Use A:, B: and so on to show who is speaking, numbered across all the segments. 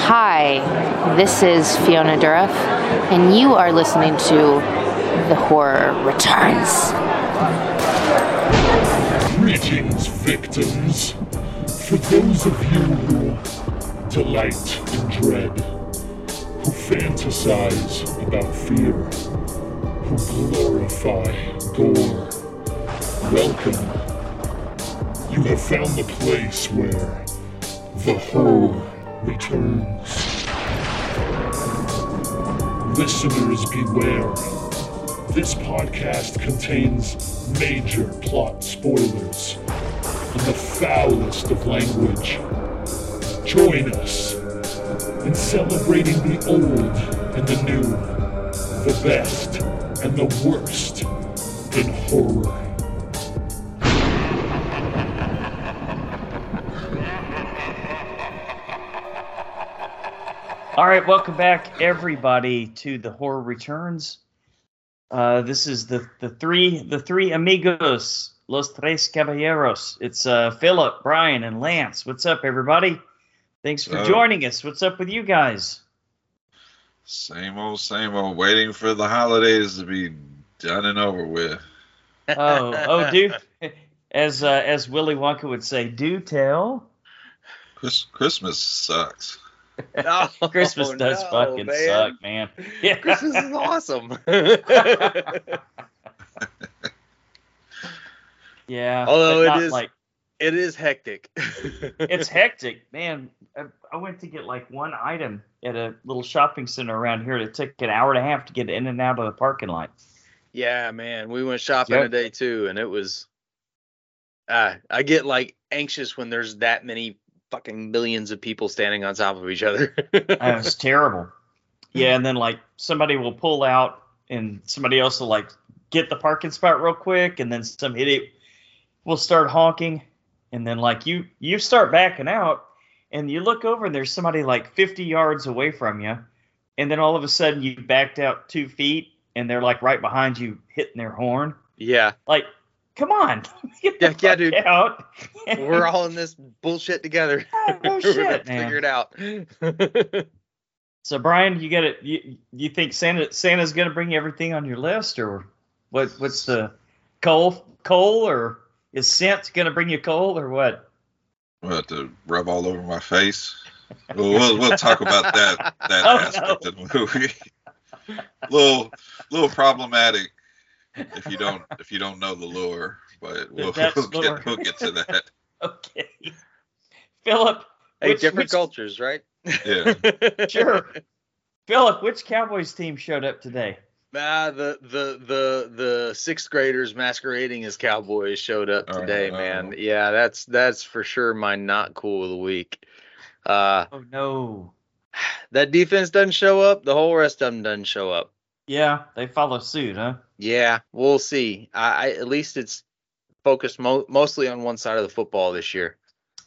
A: Hi, this is Fiona Dourif, and you are listening to The Horror Returns.
B: Greetings, victims. For those of you who delight in dread, who fantasize about fear, who glorify gore, welcome. You have found the place where the whole returns. Listeners, beware. This podcast contains major plot spoilers and the foulest of language. Join us in celebrating the old and the new, the best and the worst in horror.
C: All right, welcome back, everybody, to the horror returns. Uh, this is the the three the three amigos, los tres caballeros. It's uh, Philip, Brian, and Lance. What's up, everybody? Thanks for
D: Hello.
C: joining us. What's up with you guys?
D: Same old, same old. Waiting for the holidays to be done and over with.
C: Oh, oh, do as uh, as Willy Wonka would say, do tell.
D: Chris, Christmas sucks.
E: No,
C: Christmas does
E: Oh, no,
C: fucking
E: man.
C: suck, man. Yeah.
E: Christmas is awesome.
C: yeah,
E: Although
C: but
E: it
C: not
E: is-
C: like
E: it is hectic.
C: it's hectic, man. I, I went to get like one item at a little shopping center around here. It took an hour and a half to get in and out of the parking lot.
E: yeah, man. We went shopping
C: Yep.
E: today too, and it was. Uh, I get like anxious when there's that many fucking millions of people standing on top of each other.
C: Uh, It was terrible. Yeah, and then like somebody will pull out, and somebody else will like get the parking spot real quick, and then some idiot will start honking, and then like you you start backing out, and you look over and there's somebody like 50 yards away from you, and then all of a sudden you backed out two feet, and they're like right behind you hitting their horn.
E: yeah,
C: Like, come on. Get the
E: Yeah, yeah,
C: fuck
E: dude.
C: Out.
E: we're all in this bullshit together.
C: oh,
E: We're gonna
C: shit,
E: figure
C: man.
E: it out.
C: So Brian, you got it. You, you think Santa Santa's gonna bring you everything on your list, or what? What's the coal? Coal or is Santa gonna bring you coal or what?
D: What to rub all over my face? We'll, we'll, we'll talk about that that
C: Oh,
D: aspect of the movie. little little problematic if you don't if you don't know the lore, but we'll,
C: That's
D: we'll,
C: lore.
D: get, we'll get to that.
C: Okay, Philip.
E: hey,
C: which-
E: different
C: which-
E: cultures, right?
D: Yeah.
C: Sure. Philip, which Cowboys team showed up today?
E: Nah, the the the the sixth graders masquerading as cowboys showed up
D: Oh,
E: today,
D: no.
E: man. Yeah, that's that's for sure my not cool of the week. Uh,
C: Oh no.
E: that defense doesn't show up, the whole rest of them doesn't show up.
C: Yeah, they follow suit, huh?
E: Yeah, we'll see. I, I at least it's focused mo- mostly on one side of the football this year,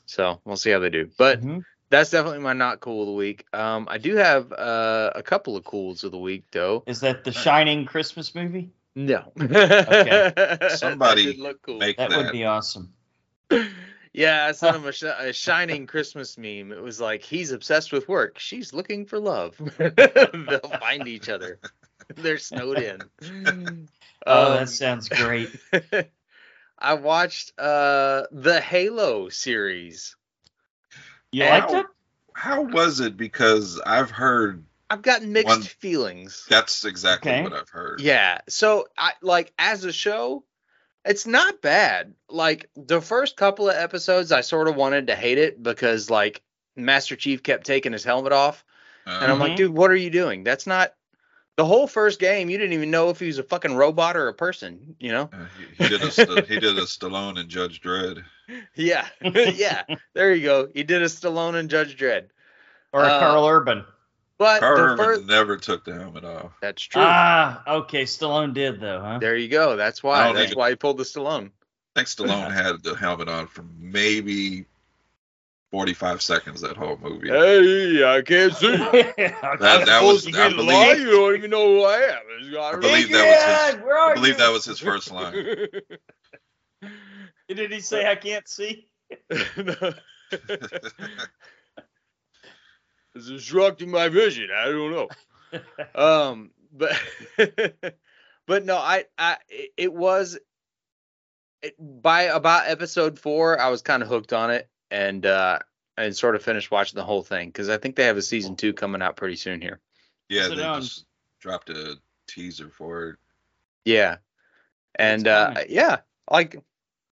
E: so we'll see how they do.
D: Mm-hmm.
E: But
C: Mhm.
E: that's definitely my not cool of the week. Um, I do have uh, a couple of cools of the week though.
C: Is that the Shining Christmas movie?
E: No, That
D: Somebody
E: did look cool.
D: Make
C: That
D: that,
C: would be awesome.
E: Yeah, I sent him a, sh- a shining Christmas meme. It was like he's obsessed with work, she's looking for love. They'll find each other. They're snowed in.
C: Oh,
E: Um,
C: that sounds great.
E: I watched uh the Halo series.
C: You
E: Ow.
C: liked it?
D: how was it? Because I've heard
E: I've gotten mixed
D: One-
E: feelings.
D: that's exactly
C: Okay.
D: what I've heard.
E: Yeah. So I like as a show, it's not bad. Like the first couple of episodes, I sort of wanted to hate it because like Master Chief kept taking his helmet off. And
D: Uh,
E: I'm like,
C: Mhm.
E: dude, what are you doing? That's not the whole first game. You didn't even know if he was a fucking robot or a person, you know?
D: Uh, he- he did a Sta- he did a Stallone and Judge Dredd.
E: Yeah. yeah. There you go. He did a Stallone and Judge Dredd.
C: Or
E: Uh,
C: Carl Urban?
E: But
D: Carl
E: the
D: Urban
E: first,
D: never took the helmet off.
E: that's true.
C: Ah, okay. Stallone did though, huh?
E: there you go. That's
D: I
E: why.
D: don't
E: That's
D: even-
E: why he pulled the Stallone.
D: I think Stallone had the helmet on for maybe 45 seconds that whole movie.
E: Hey, I can't see.
D: That- that was-
E: supposed
D: I
E: to be
D: believe-
E: live. You don't even know who I am. It's got-
D: I believe that was his, I believe that was his first line.
C: Did he say I can't see?
E: the is obstructing my vision. I don't know. um, but but no, I I it- it was it, by about episode four, I was kind of hooked on it and uh and sort of finished watching the whole thing because I think they have a season two coming out pretty soon here.
D: Yeah,
C: Sit
D: they
C: down.
D: just dropped a teaser for it.
E: Yeah. And uh
C: coming.
E: yeah, like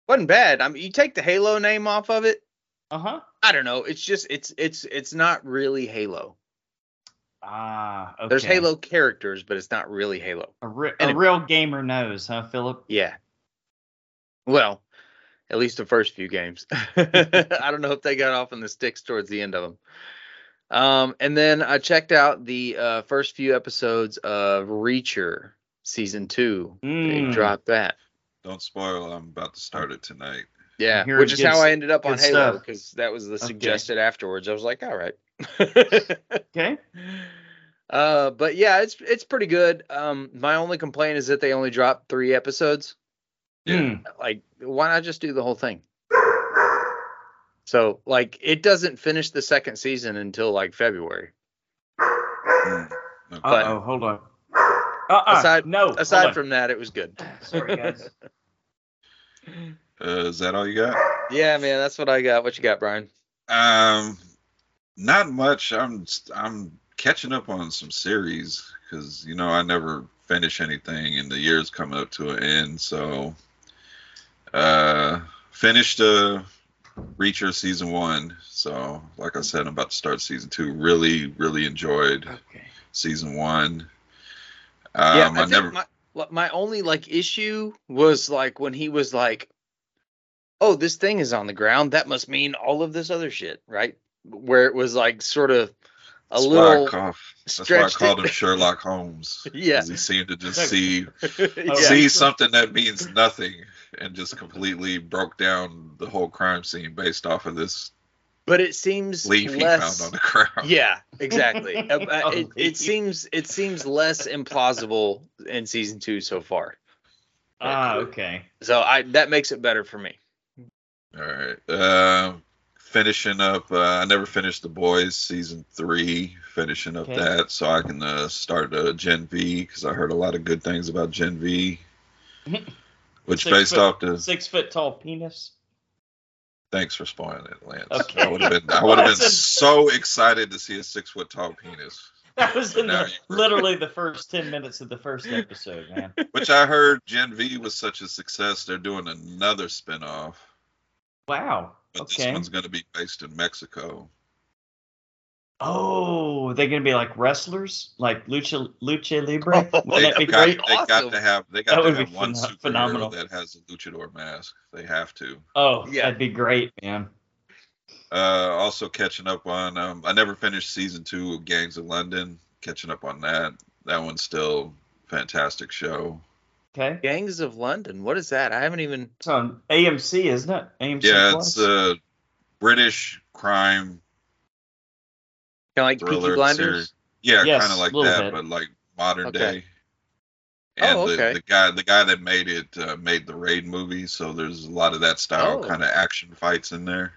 E: wasn't bad. I mean, you take the Halo name off of it.
C: Uh huh.
E: I don't know. It's just it's it's it's not really Halo.
C: Ah, okay.
E: There's Halo characters, but it's not really Halo.
C: A, re-
E: and
C: a
E: it-
C: real gamer knows, huh, Philip?
E: Yeah. Well, at least the first few games. I don't know if they got off on the sticks towards the end of them. Um, and then I checked out the uh, first few episodes of Reacher season two. They
C: Mm.
E: dropped that.
D: Don't spoil. I'm about to start it tonight.
E: Yeah,
C: hearing
E: which is
C: good
E: how
C: s-
E: I ended up on
C: good
E: Halo
C: stuff.
E: because that was the
C: Okay.
E: suggested afterwards. I was like, all right.
C: Okay.
E: uh, but yeah, it's it's pretty good. Um, my only complaint is that they only dropped three episodes.
D: Yeah.
C: Mm.
E: like why not just do the whole thing so like it doesn't finish the second season until like february
D: Mm. Okay.
C: Uh-oh, hold on. Uh-uh,
E: Aside-
C: no. hold
E: aside
C: on.
E: from that it was good
C: Sorry, guys.
D: Uh, is that all you got?
E: yeah man that's what i got what you got brian
D: Um, not much. I'm I'm catching up on some series because you know I never finish anything, and the year's coming up to an end. So, uh, finished uh, Reacher season one. So, like I said, I'm about to start season two. Really, really enjoyed
C: Okay.
D: season one. Um,
E: Uh, yeah
D: I, never.
E: my, what- my only like issue was like when he was like oh this thing is on the ground that must mean all of this other shit right where it was like sort of a
D: that's
E: little
D: Why I call, that's why I
E: stretched
D: called
E: it-
D: him Sherlock Holmes.
E: yeah,
D: 'cause He seemed to just
C: Okay.
D: see
E: Oh, yeah.
D: see something that means nothing and just completely broke down the whole crime scene based off of this
E: but it seems
D: leaf
E: less
D: he found on the
C: Oh.
D: ground.
E: Yeah, exactly. Uh, uh, it,
C: Holy.
E: it seems it seems less implausible in season two so far.
C: Ah, okay.
E: So I that makes it better for me.
D: All right. Um finishing up. Uh, I never finished The Boys season three. Finishing up
C: Okay.
D: that so I can uh, start uh, Gen V because I heard a lot of good things about Gen V. Which
C: Six
D: based
C: foot-
D: off the
C: Six foot tall penis.
D: thanks for spoiling it, Lance.
C: Okay.
D: I would have been I would have been
C: Listen.
D: so excited to see a six foot tall penis.
C: That was in
D: Now
C: the,
D: you-
C: literally the first ten minutes of the first episode, man.
D: Which I heard Gen V was such a success, they're doing another spinoff,
C: Wow.
D: but this
C: Okay.
D: one's going to be based in Mexico.
C: Oh, they're gonna be like wrestlers, like lucha lucha libre.
E: Oh,
D: They,
C: Wouldn't that be
D: got,
C: great?
D: they
E: Awesome.
D: got to have they got
C: That
D: to
C: would
D: have
C: be
D: one
C: phen-
D: superhero
C: phenomenal.
D: that has a luchador mask. They have to.
C: Oh,
E: Yeah.
C: that'd be great, man.
D: Uh, also catching up on um, I never finished season two of Gangs of London. Catching up on that. That one's still fantastic show.
C: Okay.
E: Gangs of London. What is that? I haven't even.
C: It's on AMC, isn't it? AMC
D: yeah,
C: Plus.
D: it's uh, a British crime
E: Kind of like Peaky
D: thriller
E: Blinders.
D: series. Yeah,
C: Yes,
D: kind of like
C: little
D: that,
C: bit.
D: but like modern
E: Okay.
D: day.
E: Oh,
D: And
E: okay.
D: the, the guy, the guy that made it, uh, made the Raid movie. So there's a lot of that style
E: Oh.
D: kind of action fights in there,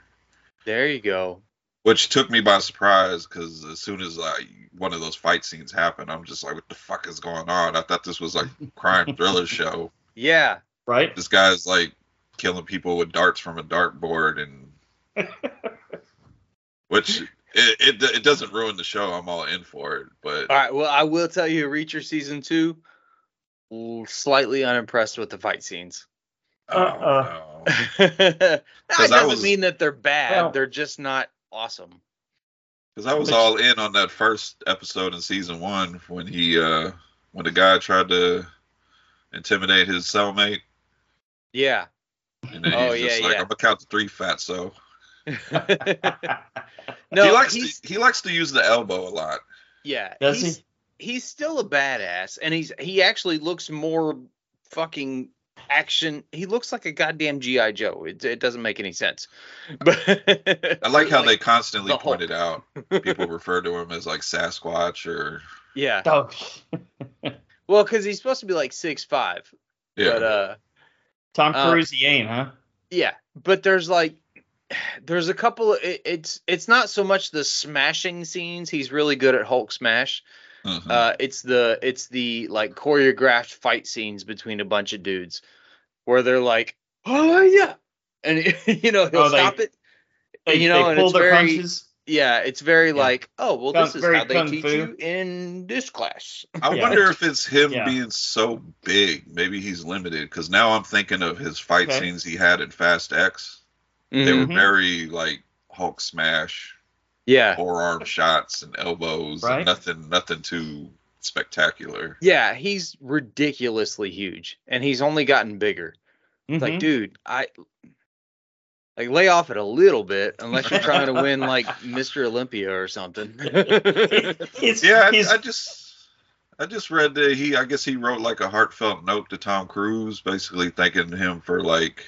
E: There you go.
D: which took me by surprise because as soon as like one of those fight scenes happened, I'm just like, what the fuck is going on? I thought this was like crime thriller show.
E: Yeah.
C: right?
D: This guy's like killing people with darts from a dartboard, and which it, it it doesn't ruin the show. I'm all in for it, but
E: All right. Well, I will tell you, Reacher season two. l- Slightly unimpressed with the fight scenes.
D: oh,
C: Uh-uh.
D: no.
E: that
D: I
E: doesn't
D: was-
E: mean that they're bad.
C: Well-
E: they're just not awesome.
D: Because I was
C: But-
D: all in on that first episode in season one when he uh when the guy tried to intimidate his cellmate,
E: Yeah.
D: and then
E: Oh,
D: he's just
E: yeah,
D: like,
E: yeah.
D: "I'm gonna count to three, fat." So
C: Oh,
E: no,
D: he likes
E: he's-
D: to, he likes to use the elbow a lot.
E: Yeah.
C: Does
E: he's,
C: he?
E: He's still a badass, and he's he actually looks more fucking action. He looks like a goddamn GI Joe. It, it doesn't make any sense. But
D: I like how they constantly
E: the Hulk.
D: pointed out people refer to him as like Sasquatch or
E: Yeah.
C: Oh,
E: Well, because he's supposed to be like six five,
D: yeah.
E: but uh,
C: Tom
E: Uh,
C: Cruise, he ain't, huh?
E: yeah. But there's like there's a couple it, it's it's not so much the smashing scenes he's really good at hulk smash
C: Mm-hmm.
D: Mhm.
E: uh it's the it's the like choreographed fight scenes between a bunch of dudes where they're like oh yeah and you know he'll
C: Oh, they-
E: stop it
C: They,
E: You know,
C: they
E: and
C: pull
E: it's
C: their
E: very-
C: punches.
E: yeah it's very
C: Yeah.
E: like oh well
C: Kung-
E: this is
C: very
E: how they
C: kung
E: teach
C: fu.
E: you in this class
D: I
C: Yeah.
D: wonder if it's him
C: Yeah.
D: being so big. Maybe he's limited because now I'm thinking of his fight
C: Okay.
D: scenes he had in Fast X. They
E: Mm-hmm.
D: were
C: Mhm.
D: very like Hulk smash,
E: yeah
D: forearm shots and elbows, and
C: Right.
D: nothing, nothing too spectacular.
E: yeah he's ridiculously huge and he's only gotten bigger It's
C: Mhm.
E: like, dude, I like lay off it a little bit unless you're trying to win like Mr. Olympia or something.
C: It's-
D: Yeah,
C: Mm-hmm. he's-
D: I, I just. I just read that he, I guess he wrote like a heartfelt note to Tom Cruise, basically thanking him for like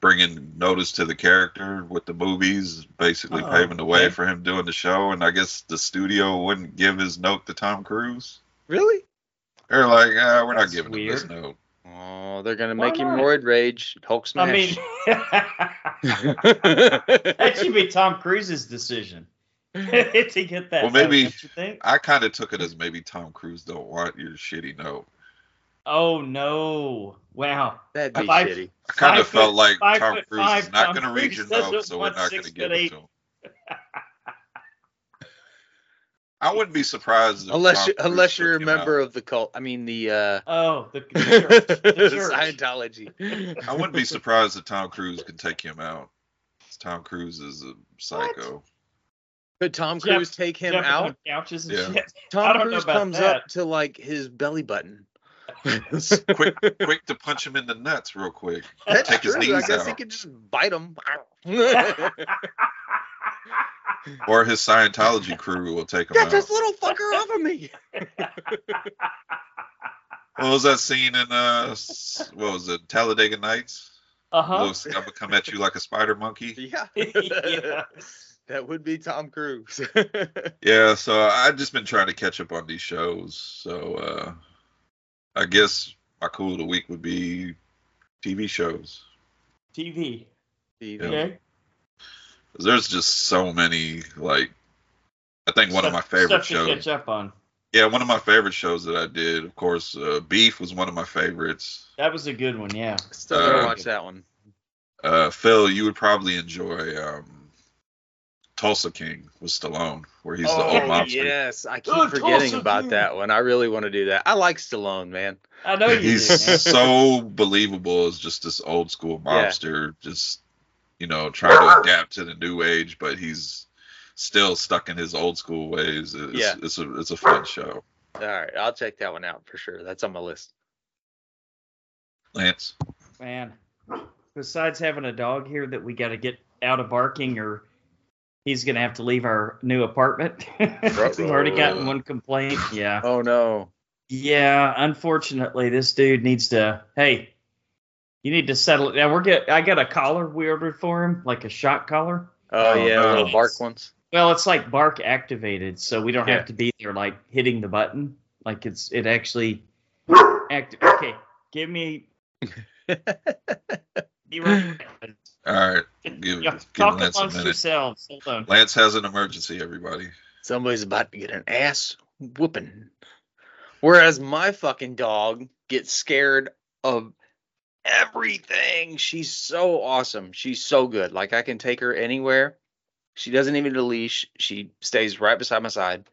D: bringing notice to the character with the movies, basically
C: Oh,
D: paving the way
C: okay.
D: for him doing the show. And I guess the studio wouldn't give his note to Tom Cruise.
E: really?
D: They're like, ah, we're not
C: That's
D: giving him this note.
E: Oh, they're gonna
C: Why
E: make him
C: not?
E: roid rage, Hulk smash.
C: I mean, that should be Tom Cruise's decision to get that.
D: Well, maybe-
C: note, don't you think?
D: I kind of took it as maybe Tom Cruise don't want your shitty note.
C: Oh no! Wow.
E: That'd be
C: if I-
E: shitty.
D: I kind of
C: Five
D: felt
C: foot-
D: like
C: five
D: Tom
C: foot
D: Cruise
C: five,
D: is not
C: Tom
D: going to read your
C: Cruise doesn't
D: note, so we're
C: want
D: not going to
C: six
D: give
C: foot
D: it
C: eight.
D: to him. I wouldn't be surprised if
E: Unless
D: Tom
E: you,
D: Cruise
E: unless
D: took
E: you're a
D: him
E: member
D: out.
E: of the cult. I mean the uh
C: Oh, the, the church. The church.
E: Scientology.
D: I wouldn't be surprised if Tom Cruise can take him out. Tom Cruise is a psycho.
E: Could Tom
C: Jeff-
E: Cruise take him
C: Jumping on
E: out?
C: couches and
D: Yeah.
C: shit. I
E: Tom
C: don't know
E: Cruise
C: about
E: comes
C: that.
E: up to like his belly button.
D: quick, quick to punch him in the nuts real quick.
E: That's
D: Take his
E: true. I
D: knees
E: guess he
D: out.
E: could just bite him.
D: Or his Scientology crew will take him
E: Get
D: out.
E: this little fucker off of me.
D: What was that scene in uh, s- what was it, Talladega Nights?
C: Uh huh.
D: Los, I'm gonna come at you like a spider monkey.
E: Yeah.
C: yes.
E: That would be Tom Cruise.
D: Yeah, so I've just been trying to catch up on these shows. So uh I guess my cool of the week would be TV shows.
C: TV.
E: Steve.
C: Okay.
D: 'Cause There's just so many. Like, I think one of my
C: Stuff-
D: favorite
C: stuff To
D: shows.
C: catch up on.
D: Yeah, one of my favorite shows that I did. Of course, uh, Beef was one of my favorites.
C: That was a good one. Yeah.
E: Still gotta
D: Uh,
E: watch that one.
D: Uh Phil, you would probably enjoy um Tulsa King with Stallone, where he's the
C: Oh,
D: old mobster.
E: yes. I keep
C: Oh,
E: forgetting
C: Tulsa
E: about
C: King.
E: that one. I really want to do that. I like Stallone, man.
C: I
E: Oh,
C: know you do. man.
D: he's so believable as just this old school
E: Yeah.
D: mobster, just you know, trying to adapt to the new age, but he's still stuck in his old school ways. It's,
E: Yeah.
D: it's a it's a fun show.
E: All right. I'll check that one out for sure. That's on my list.
D: Lance,
C: Man, besides having a dog here that we got to get out of barking, or he's gonna have to leave our new apartment. We've already gotten one complaint. Yeah,
E: Oh, no.
C: yeah. Unfortunately, this dude needs to. Hey, you need to settle it. Now we're get. I got a collar we ordered for him, like a shock collar.
E: Oh,
D: Oh,
E: yeah.
D: no.
E: Little bark ones.
C: Well, it's like bark activated, so we don't
E: Yeah.
C: have to be there like hitting the button. Like it's it actually act. Okay, give me. Be right back.
D: all right, give,
C: Yeah,
D: give
C: talk
D: Lance a
C: amongst
D: minute.
C: yourselves. Hold on.
D: Lance has an emergency, everybody.
E: Somebody's about to get an ass whooping. Whereas my fucking dog gets scared of everything. She's so awesome. She's so good. Like I can take her anywhere. She doesn't even need a leash. She stays right beside my side.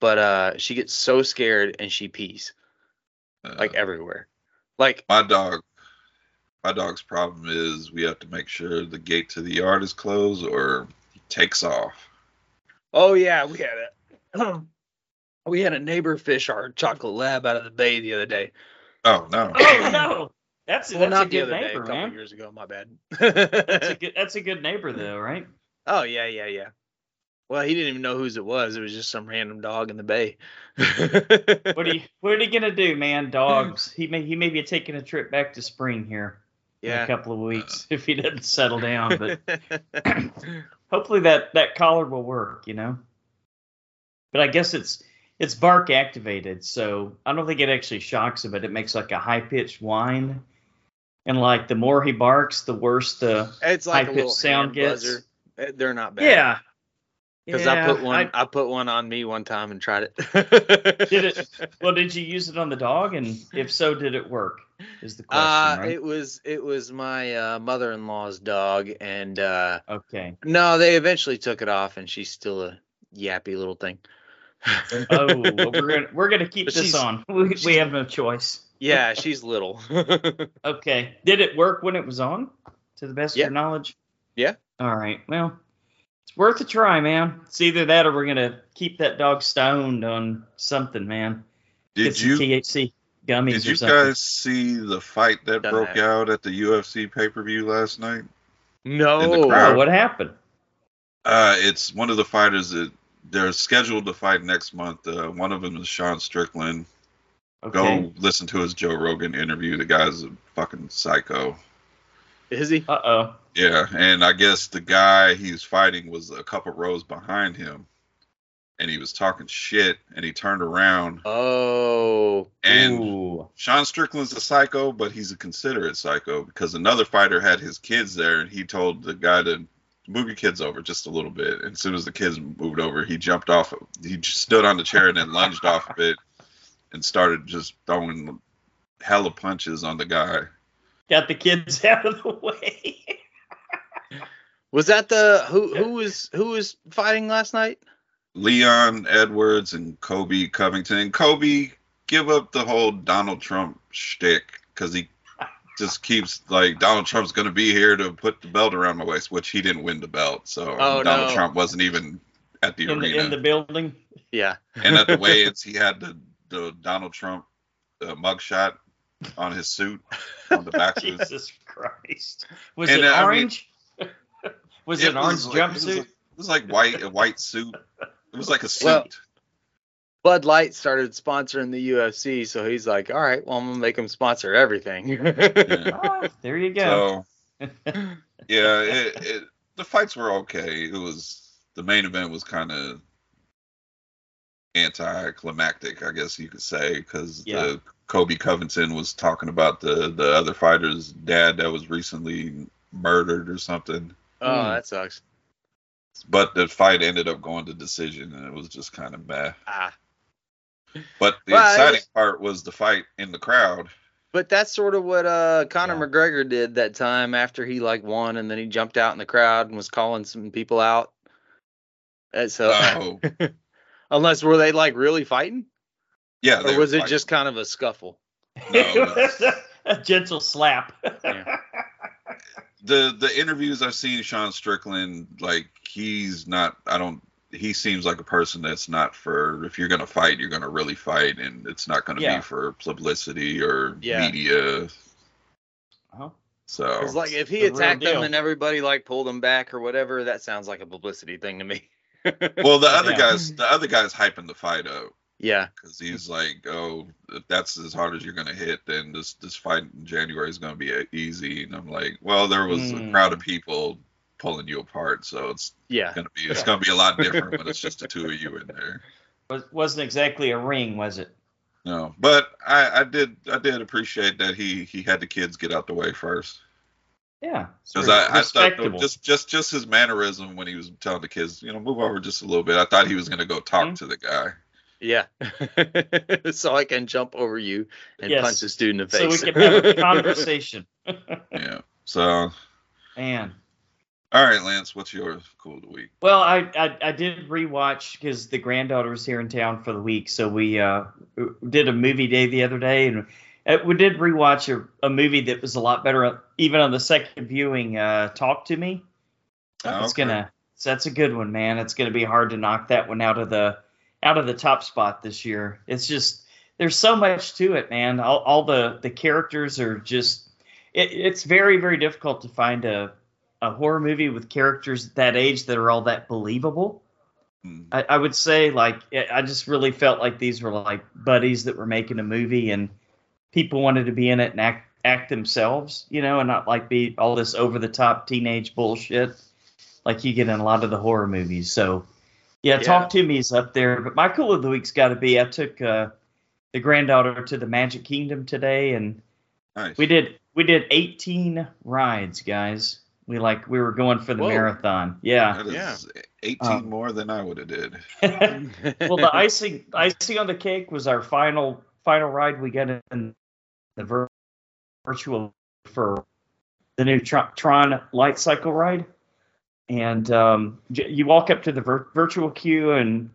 E: But uh she gets so scared and she pees
D: Uh,
E: like everywhere. Like
D: my dog, my dog's problem is we have to make sure the gate to the yard is closed, or he takes off.
E: Oh yeah, we had a we had a neighbor fish our chocolate lab out of the bay the other day.
D: Oh no!
C: Oh no, that's
E: Well,
C: that's
E: not
C: a
E: the
C: good
E: other day, a
C: neighbor,
E: couple
C: man.
E: years ago. My bad.
C: That's a good that's a good neighbor though, right?
E: oh yeah, yeah, yeah. Well, he didn't even know whose it was. It was just some random dog in the bay.
C: What are you what are you gonna do, man? Dogs. He may he may be taking a trip back to spring here in a
E: yeah.
C: couple of weeks
D: Uh.
C: if he doesn't settle down. But hopefully that that collar will work, you know. But I guess it's it's bark activated, so I don't think it actually shocks him, but it makes like a high pitched whine. and like the more he barks, the worse the
E: It's like a
C: High-pitched
E: little
C: sound
E: sound
C: gets-
E: buzzer. Eh, They're not bad.
C: yeah.
E: Because
C: Yeah,
E: I put one, I, put one on me one time and tried it.
C: did it. Well, did you use it on the dog? And if so, did it work? Is the question.
E: Uh,
C: right?
E: it was it was my uh, mother-in-law's dog, and uh,
C: okay.
E: no, they eventually took it off, and she's still a yappy little thing.
C: Oh, well, we're gonna we're gonna keep
E: But
C: this
E: she's-
C: on. We, we
E: she's-
C: have no choice.
E: yeah, she's little.
C: Okay. Did it work when it was on? To the best
E: Yeah.
C: of your knowledge?
E: Yeah.
C: All right. Well, it's worth a try, man. It's either that or we're gonna keep that dog stoned on something, man. Get
D: Did
C: some
D: you
C: THC gummies
D: did
C: E or
D: you
C: something.
D: guys see the fight that
E: Done
D: broke
E: that.
D: out at the UFC pay per view last night?
E: no,
D: crowd.
C: oh, what happened?
D: Uh, it's one of the fighters that they're scheduled to fight next month. Uh, one of them is Sean Strickland. Go
C: Okay.
D: listen to his Joe Rogan interview. The guy's a fucking psycho.
E: is he?
C: Uh oh.
D: Yeah, and I guess the guy he's fighting was a couple rows behind him, and he was talking shit, and he turned around.
E: Oh,
D: And
C: Ooh.
D: Sean Strickland's a psycho, but he's a considerate psycho because another fighter had his kids there, and he told the guy to move your kids over just a little bit. And as soon as the kids moved over, he jumped off. He just stood on the chair and then lunged off of it and started just throwing hella punches on the guy.
C: Got the kids out of the way.
E: was that the who who was who was fighting last night?
D: Leon Edwards and Kobe Covington. Kobe, give up the whole Donald Trump shtick because he just keeps like Donald Trump's going to be here to put the belt around my waist, which he didn't win the belt, so
E: Oh,
D: Donald
E: no.
D: Trump wasn't even at the
C: in, the,
D: arena.
C: in the building.
E: Yeah,
D: and at the weigh-ins, he had the, the Donald Trump uh, mugshot on his suit on the back of his
C: Jesus Christ. Was
D: And,
C: it
D: uh, I mean-
C: orange? was it, an orange
D: was like- it was
C: jumpsuit?
D: like- It was like white a white suit. It was like a suit.
E: Well, Bud Light started sponsoring the UFC, so he's like, all right, well, I'm gonna make him sponsor everything.
D: Yeah.
C: Ah, there you go.
D: So yeah, it, it, the fights were okay. It was the main event was kind of anticlimactic, I guess you could say, because
C: Yeah.
D: the Kobe Covington was talking about the the other fighter's dad that was recently murdered or something.
E: Oh,
C: Hmm.
E: that sucks.
D: But the fight ended up going to decision, and it was just kind of meh.
E: Ah.
D: But the
E: Well, it
D: exciting
E: was-
D: part was the fight in the crowd.
E: But that's sort of what uh, Conor
C: Yeah.
E: McGregor did that time after he like won, and then he jumped out in the crowd and was calling some people out. And so,
D: Oh,
E: unless were they like really fighting,
D: yeah. they
E: or
D: were
E: was it
D: fighting.
E: just kind of a scuffle?
D: No,
C: it was a, a gentle slap.
E: Yeah.
D: the the interviews I've seen Sean Strickland like he's not I don't he seems like a person that's not for if you're gonna fight you're gonna really fight and it's not gonna
C: Yeah.
D: be for publicity or
E: Yeah.
D: media
C: Well,
D: so
E: Because like if he
C: the real
E: attacked them
C: deal.
E: and everybody like pulled him back or whatever, that sounds like a publicity thing to me.
D: well the other
C: Yeah.
D: guys the other guys hyping the fight up
E: yeah,
D: because he's like oh if that's as hard as you're gonna hit then this this fight in January is gonna be uh, easy and I'm like well there was a
C: Hmm.
D: crowd of people pulling you apart so it's
E: yeah,
D: gonna be it's gonna be a lot different when it's just the two of you in there.
C: was, wasn't exactly a ring, was it?
D: No, but I, I did I did appreciate that he he had the kids get out the way first
C: Yeah. it's
D: because I, I thought the-
C: respectable.
D: just just just his mannerism when he was telling the kids you know move over just a little bit I thought he was gonna go talk
C: Mhm.
D: to the guy
E: yeah. so I can jump over you and
C: Yes.
E: punch this dude in the
C: so we
E: face.
C: can have a conversation.
D: yeah so
C: Man.
D: all right Lance what's your cool of the week
C: Well, I, I I did rewatch because the granddaughter was here in town for the week, so we uh, did a movie day the other day, and uh, we did rewatch a, a movie that was a lot better, uh, even on the second viewing. Uh, Talk to me.
D: Oh,
C: It's
D: okay.
C: gonna so that's a good one, man. It's gonna be hard to knock that one out of the out of the top spot this year. It's just there's so much to it, man. All, all the the characters are just it, it's very very difficult to find a a horror movie with characters that age that are all that believable.
D: Hmm.
C: I, I would say like I I just really felt like these were like buddies that were making a movie and people wanted to be in it and act act themselves, you know, and not like be all this over the top teenage bullshit like you get in a lot of the horror movies. So yeah,
E: Yeah.
C: Talk to Me is up there, but my cool of the week's got to be I took uh, the granddaughter to the Magic Kingdom today and
D: nice
C: we did we did 18 rides, guys. We like we were going for the
E: Whoa.
C: marathon. Yeah.
D: That is
E: Yeah.
D: 18
C: uh, Um,
D: more than I would have did.
C: well, the icing icing on the cake was our final final ride we got in the vir- virtual for the new Tron, Tron light cycle ride. And um, j- you walk up to the vir- virtual queue and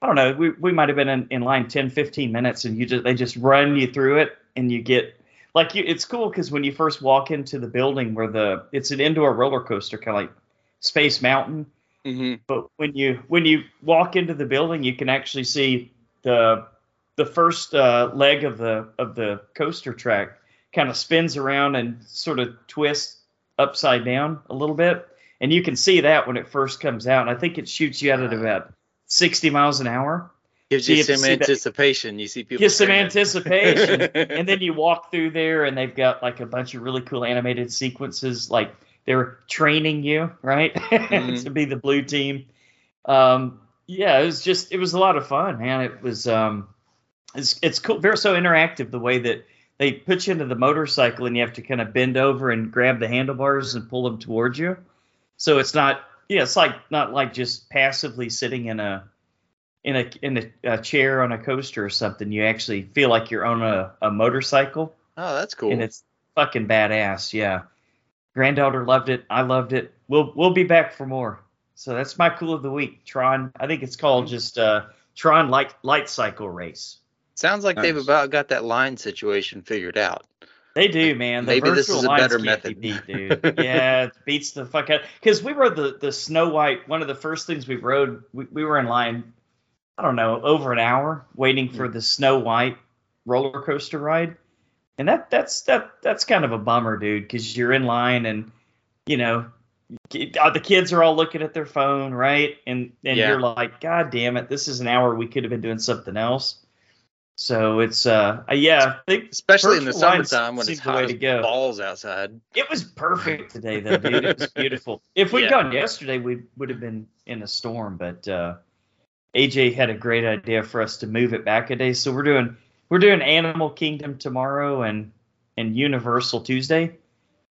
C: I don't know, we, we might have been in, in line 10, 15 minutes and you just they just run you through it and you get like you it's cool because when you first walk into the building where the it's an indoor roller coaster kind of like Space Mountain
E: Mhm.
C: but when you when you walk into the building you can actually see the the first uh, leg of the of the coaster track kind of spins around and sort of twists upside down a little bit and you can see that when it first comes out and i think it shoots you out at about 60 miles an hour
E: Gives
C: So
E: you
C: you have to
E: some
C: see that-
E: anticipation. You see people.
C: get some
E: staring.
C: anticipation and then you walk through there and they've got like a bunch of really cool animated sequences like they're training you right
E: Mhm.
C: to be the blue team um yeah it was just it was a lot of fun man it was um it's it's cool very so interactive the way that they put you into the motorcycle and you have to kind of bend over and grab the handlebars and pull them towards you so it's not yeah it's like not like just passively sitting in a in a in a, a chair on a coaster or something, you actually feel like you're on a, a motorcycle,
E: Oh, that's cool.
C: and it's fucking badass. Yeah, granddaughter loved it. I loved it. We'll we'll be back for more. So that's my cool of the week. Tron. I think it's called just uh, Tron Light Light Cycle Race.
E: Sounds like they've
D: Nice.
E: about got that line situation figured out.
C: They do, man. The
E: Maybe
C: virtual
E: this is a
C: lines
E: better
C: can't be beat,
E: method.
C: dude. yeah, it beats the fuck out. Because we rode the the Snow White. One of the first things we rode, we, we were in line. I don't know, over an hour waiting
E: Hmm.
C: for the Snow White roller coaster ride, and that that's that that's kind of a bummer, dude. Because you're in line and you know ki- uh, the kids are all looking at their phone, right? And and
E: Yeah.
C: you're like, God damn it, this is an hour we could have been doing something else. So it's uh uh, yeah, I think
E: Especially in the
C: Virtual lines
E: summertime when it's
C: seems the
E: hot
C: way
E: as
C: to go.
E: balls outside.
C: It was perfect today, though, dude. It was beautiful. If we'd
E: Yeah.
C: gone yesterday, we would have been in a storm. But uh, AJ had a great idea for us to move it back a day, so we're doing we're doing Animal Kingdom tomorrow and and Universal Tuesday.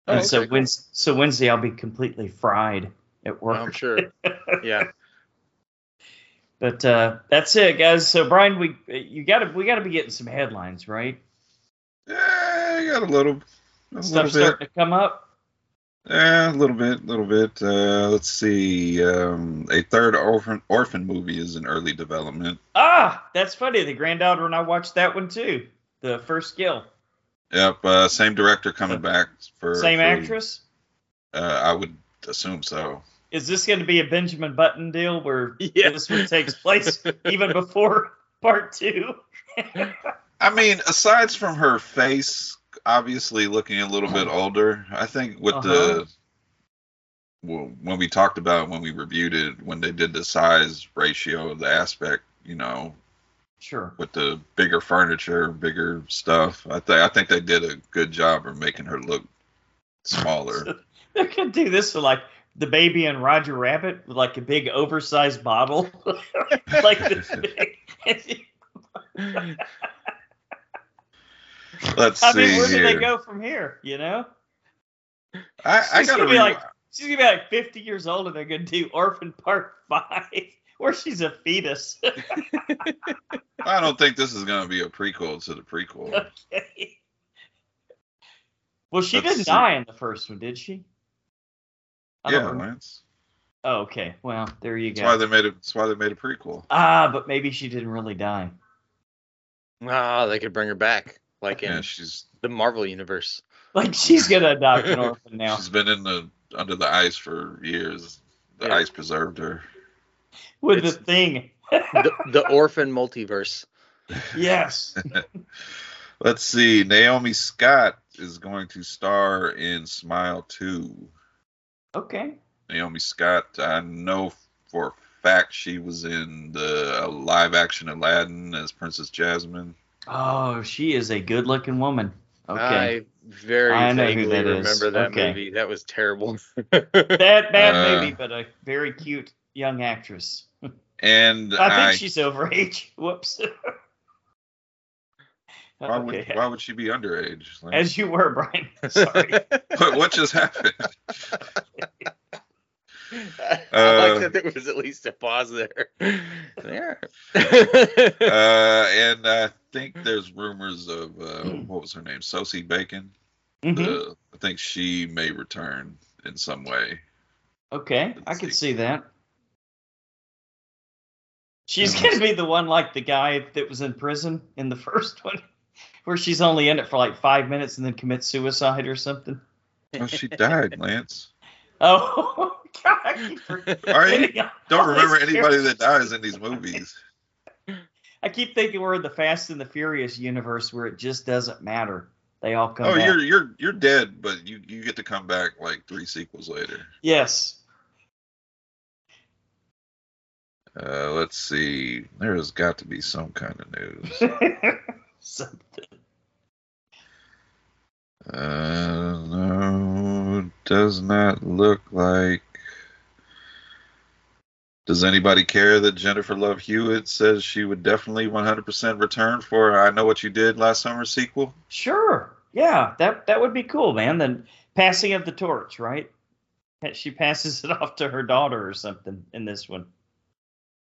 E: Oh,
C: and so
E: okay, cool.
C: Wednesday, so Wednesday I'll be completely fried at work.
E: I'm sure. Yeah.
C: But uh, that's it, guys. So Brian, we you gotta we gotta be getting some headlines, right?
D: Yeah, I got a little, a
C: Stuff
D: little bit.
C: starting to come up.
D: Yeah, a little bit, a little bit. Uh, let's see. Um, a third orphan orphan movie is in early development.
C: Ah, that's funny. The granddaughter and I watched that one too. The first Gill.
D: Yep, uh, same director coming back for
C: Same
D: for-
C: actress?
D: Uh, I would assume so.
C: Is this going to be a Benjamin Button deal where
E: Yeah.
C: this one takes place even before part two?
D: I mean, aside from her face, obviously looking a little bit older, I think with
C: Uh-huh.
D: the well, when we talked about it, when we reviewed it, when they did the size ratio of the aspect, you know,
C: Sure.
D: with the bigger furniture, bigger stuff, I think I think they did a good job of making her look smaller.
C: They're going to do this for like the baby and Roger Rabbit with like a big oversized bottle. like this big.
D: Let's
C: I
D: see
C: mean, where do
D: here.
C: they go from here? You know?
D: I, I
C: She's
D: gotta
C: gonna be
D: be
C: like- She's going to be like 50 years old and they're going to do Orphan Park 5 where she's a fetus.
D: I don't think this is gonna be a prequel to the prequel.
C: well, she
D: Let's
C: didn't
D: see.
C: die in the first one, did she? I don't
D: yeah,
C: remember.
D: Lance.
C: Oh, okay. Well, there you
D: That's why
C: go.
D: they made it. That's why they made a prequel.
C: Ah, but maybe she didn't really die.
E: Ah, they could bring her back, like in
D: Yeah, she's
E: the Marvel universe.
C: Like she's gonna adopt an orphan now.
D: she's been in the under the ice for years. The
E: Yeah.
D: ice preserved her.
C: With the
E: It's-
C: thing.
E: The, the orphan multiverse.
C: Yes.
D: Let's see. Naomi Scott is going to star in Smile Two.
C: Okay.
D: Naomi Scott, I know for a fact she was in the uh, live action Aladdin as Princess Jasmine.
C: Oh, she is a good looking woman. Okay.
E: I very
C: I know who
E: vaguely
C: that is.
E: remember that
C: Okay. Mm.
E: movie. That was terrible.
C: Bad bad
D: Uh,
C: movie, but a very cute young actress.
D: And
C: I think
D: I,
C: she's over age. Whoops.
D: Why would why would she be underage? Like,
C: As you were, Brian. Sorry.
D: what, what just happened?
E: I
D: Uh,
C: Um,
E: like that there was at least a pause there. There.
D: Uh, and I
C: Hmm.
D: think there's rumors of uh, what was her name, Sosie Bacon.
C: Mhm.
D: Uh, I think she may return in some way.
C: Okay, I could
D: Let's
C: see that. She's
D: Yeah.
C: gonna be the one like the guy that was in prison in the first one, where she's only in it for like five minutes and then commits suicide or something.
D: Oh, she died, Lance.
C: Oh God, I keep forgetting.
D: Are you? Don't
C: all
D: remember
C: these
D: anybody that
C: characters.
D: dies in these movies.
C: I keep thinking we're in the Fast and the Furious universe where it just doesn't matter. They all come
D: Oh,
C: back.
D: you're you're you're dead, but you you get to come back like three sequels later.
C: Yes.
D: Uh, let's see. There has got to be some kind of news.
C: So-
D: Uh, no, does not look like. Does anybody care that Jennifer Love Hewitt says she would definitely 100% return for I Know What You Did Last Summer sequel?
C: Sure. Yeah, that that would be cool, man. Then passing of the torch, right? That She passes it off to her daughter or something in this one.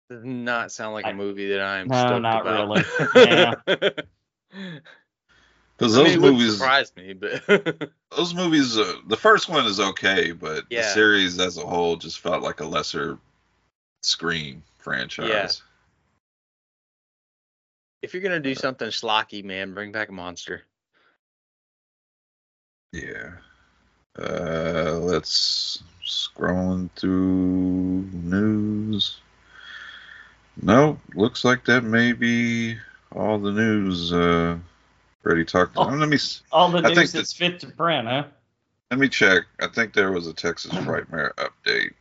E: Does not sound like
C: I-
E: a movie that I'm
C: No,
E: stoked
C: not
E: about.
C: really.
D: Because
E: I
D: those
E: mean, it wouldn't
D: movies,
E: surprise me, but
D: those movies, uh, the first one is okay, but the
E: Yeah.
D: series as a whole just felt like a lesser Scream franchise.
E: if you're gonna do something schlocky, man, bring back a monster.
D: Yeah. Uh, let's scrolling through news. No, looks like that may be all the news. Uh, Brady talked.
C: Oh.
D: Let me s-
C: All the
D: I think
C: news that's fit to print, huh?
D: let me check. I think there was a Texas Frightmare update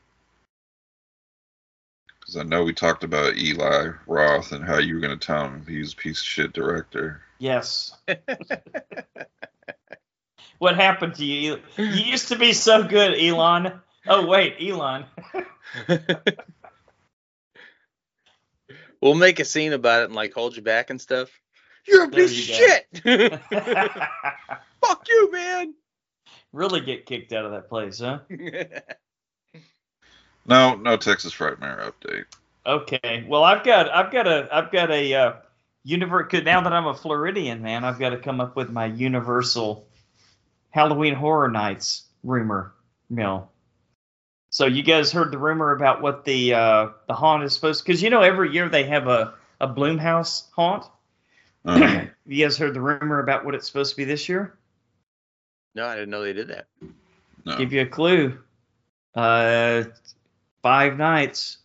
D: because I know we talked about Eli Roth and how you were going to tell him he's a piece of shit director.
C: Yes. what happened to you? El- You used to be so good, Elon. Oh wait, Elon.
E: we'll make a scene about it and like hold you back and stuff. You're a
C: There
E: piece
C: you
E: of shit. Fuck you, man.
C: really get kicked out of that place, huh?
D: No, no Texas Frightmare update.
C: Okay. Well, I've got I've got a I've got a uh, universe. Now that I'm a Floridian man, I've got to come up with my Universal Halloween Horror Nights rumor mill. So you guys heard the rumor about what the uh, the haunt is supposed because you know every year they have a a Bloomhouse haunt.
D: Um,
C: you guys heard the rumor about what it's supposed to be this year?
E: No, I didn't know they did that.
D: no.
C: Give you a clue. Uh, five nights.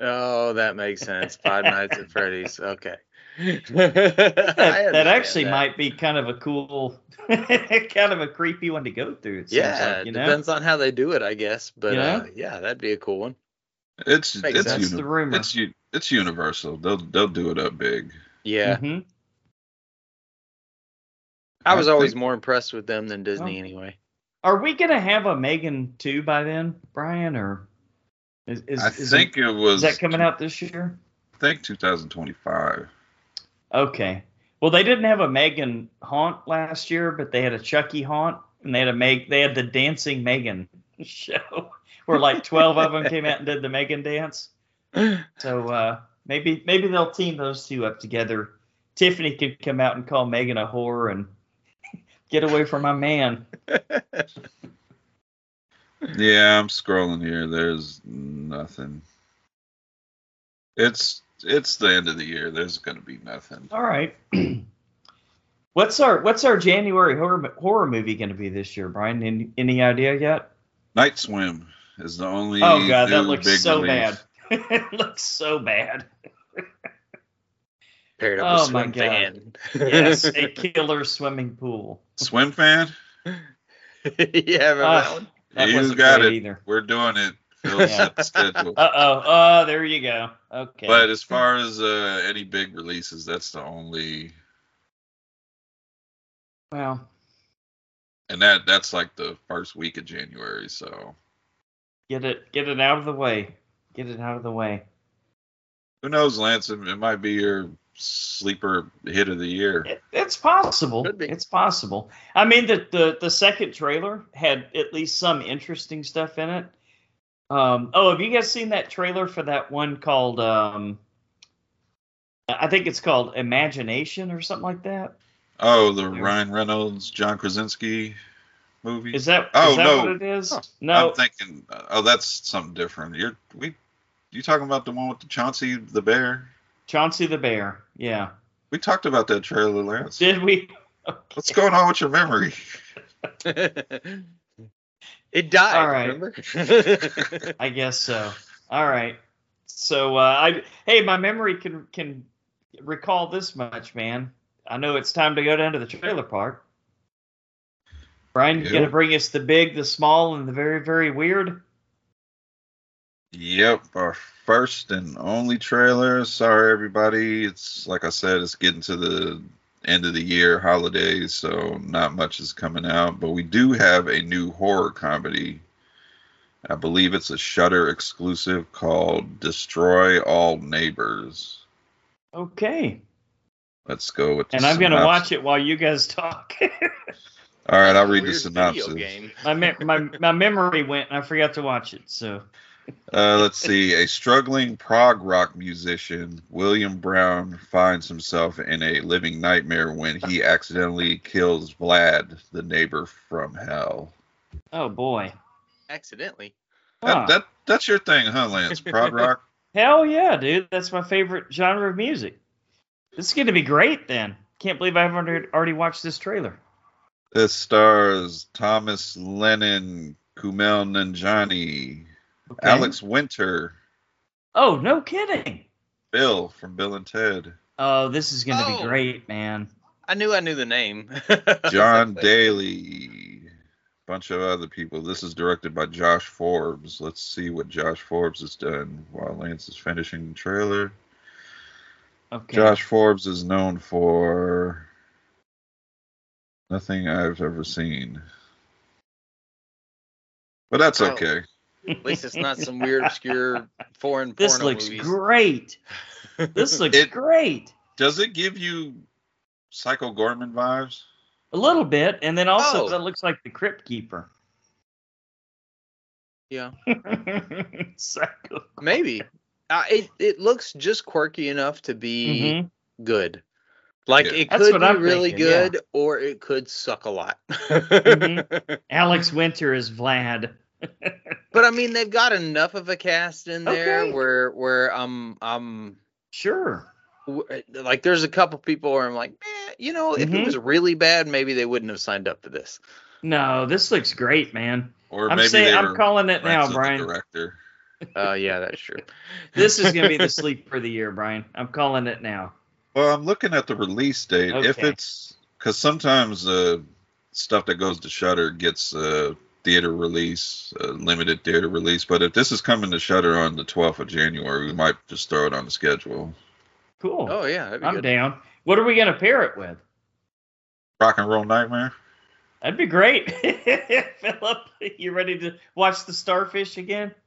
E: Oh, that makes sense. Five Nights at Freddy's. Okay.
C: that, that actually might be kind of a cool, kind of a creepy one to go through. It seems
E: Yeah,
C: like, you
E: it
C: know,
E: depends on how they do it, I guess. But
C: You
E: uh, yeah, that'd be a cool one.
D: It's
E: Makes
D: it's
E: sense.
C: that's
D: uni-
C: the rumor.
D: it's u- it's universal. They'll they'll do it up big.
E: Yeah,
C: Mhm.
E: I was always
D: think-
E: more impressed with them than Disney
C: Oh.
E: anyway.
C: Are we gonna have a Megan two by then, Brian? Or is is,
D: I
C: is, it-
D: think it was.
C: is that coming out this year?
D: I think 2025.
C: Okay. Well, they didn't have a Megan haunt last year, but they had a Chucky haunt, and they had a Meg. They had the dancing Megan show, where like twelve of them came out and did the Megan dance. So uh, maybe maybe they'll team those two up together. Tiffany could come out and call Megan a whore and get away from my man.
D: Yeah, I'm scrolling here. There's nothing. It's it's the end of the year. There's gonna be nothing.
C: All right. what's our what's our January horror mo- horror movie going to be this year, Brian? Any, any idea yet?
D: Night Swim is the only.
C: Oh god, that
D: new
C: looks
D: big
C: so
D: release.
C: bad. it looks so bad.
E: Paired
C: Oh,
E: up with
C: my
E: Swim
C: God.
E: Fan.
C: Yes, a killer swimming pool.
D: Swim fan,
E: yeah, remember
C: Ah,
E: that one?
C: That
D: You
C: wasn't
D: got
C: great
D: it.
C: either.
D: we're doing it. Phil
C: Yeah.
D: set the schedule.
C: Uh oh. Oh, there you go. Okay.
D: But as far as uh, any big releases, that's the only,
C: well,
D: and that that's like the first week of January. So
C: get it get it out of the way. Get it out of the way.
D: Who knows, Lance? It, it might be your sleeper hit of the year.
C: It, it's possible.
E: Could be.
C: It's possible. I mean, the, the the second trailer had at least some interesting stuff in it. Um, oh, have you guys seen that trailer for that one called? Um, I think it's called Imagination or something like that.
D: Oh, the Ryan Reynolds, John Krasinski movie.
C: Is that?
D: Oh,
C: is that
D: no.
C: what it is?
D: Huh.
C: No,
D: I'm thinking. Oh, that's something different. You're we. You talking about the one with the Chauncey the bear?
C: Chauncey the Bear. Yeah.
D: We talked about that trailer last.
C: Did we?
D: What's going on with your memory?
E: it
C: Ah. All
E: died.
C: right.
E: Remember?
C: I guess so. All right. So uh, I hey, my memory can can recall this much, man. I know it's time to go down to the trailer park. Brian, you
D: Yeah.
C: gonna bring us the big, the small, and the very, very weird?
D: Yep, our first and only trailer. Sorry, everybody. It's like I said, it's getting to the end of the year holidays, so not much is coming out. But we do have a new horror comedy. I believe it's a Shutter exclusive called "Destroy All Neighbors."
C: Okay.
D: Let's go with. the
C: And I'm gonna
D: synopsis.
C: watch it while you guys talk.
D: All right, I'll read the
E: Weird
D: synopsis.
E: Video game.
C: my, me- my my memory went and I forgot to watch it, so
D: Uh, let's see. A struggling prog rock musician, William Brown, finds himself in a living nightmare when he accidentally kills Vlad, the neighbor from hell.
C: oh boy.
E: Accidentally.
C: Huh.
D: That, that that's your thing, huh, Lance? Prog rock.
C: Hell yeah, dude. That's my favorite genre of music. This is gonna be great then. Can't believe I haven't already watched this trailer.
D: This stars Thomas Lennon, Kumail Nanjiani,
C: Okay.
D: Alex Winter,
C: Oh, no kidding.
D: Bill from Bill and Ted,
C: Oh, this is gonna be
E: Oh.
C: great, man.
E: I knew I knew the name.
D: John
E: Like,
D: Daly, bunch of other people. This is directed by Josh Forbes. Let's see what Josh Forbes has done while Lance is finishing the trailer.
C: Okay.
D: Josh Forbes is known for nothing I've ever seen. But that's
E: Oh.
D: okay.
E: At least it's not some weird, obscure foreign
C: This
E: porno
C: looks
E: movies.
C: great. This looks
D: It-
C: great.
D: Does it give you Psycho Gorman vibes?
C: A little bit, and then also
E: Oh.
C: that looks like the Crypt Keeper.
E: Yeah.
C: Psycho.
E: Maybe. Uh, it it looks just quirky enough to be
C: Mhm.
E: good. Like
D: Yeah.
E: it
C: That's
E: could
C: what
E: be
C: I'm
E: really
C: thinking, yeah. Mm-hmm.
E: good, or it could suck a lot.
C: Alex Winter is Vlad.
E: But I mean, they've got enough of a cast in there
C: Okay.
E: where where um, I'm I'm
C: Sure.
E: w- eh, like there's a couple people where I'm like, man, you know, if it
C: Mhm.
E: was really bad, maybe they wouldn't have signed up for this.
C: No, this looks great, man.
D: Or
C: I'm
D: maybe
C: saying
D: they
C: I'm
D: were
C: calling it
D: friends
C: now,
D: of the
C: Brian.
D: director.
E: Oh yeah, that's true.
C: This is gonna be the sleep for the year, Brian. I'm calling it now.
D: Well, I'm looking at the release date. If
C: Okay.
D: it's because sometimes uh, stuff that goes to Shutter gets uh, theater release, uh, limited theater release. But if this is coming to Shutter on the 12th of January, we might just throw it on the schedule.
C: Cool.
E: Oh yeah, that'd be
C: I'm
E: good.
C: down. What are we gonna pair it with?
D: Rock and Roll Nightmare.
C: That'd be great. Philip, you ready to watch the starfish again?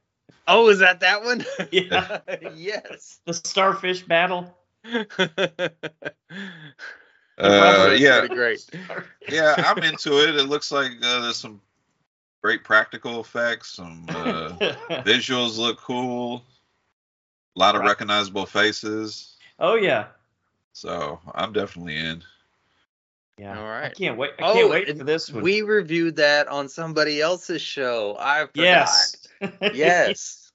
E: Oh, is that that one?
C: Yeah.
E: yes.
C: the starfish battle.
D: Uh,
E: That's
D: yeah,
E: pretty great.
D: yeah, I'm into it. It looks like uh, there's some great practical effects. Some uh, visuals look cool. A lot of
C: Right.
D: recognizable faces.
C: oh yeah.
D: So I'm definitely in.
C: Yeah.
E: All
C: I
E: right.
C: can't wait. I
E: Oh,
C: can't wait
E: and
C: for this one.
E: We reviewed that on somebody else's show. I forgot.
C: yes.
E: Yes.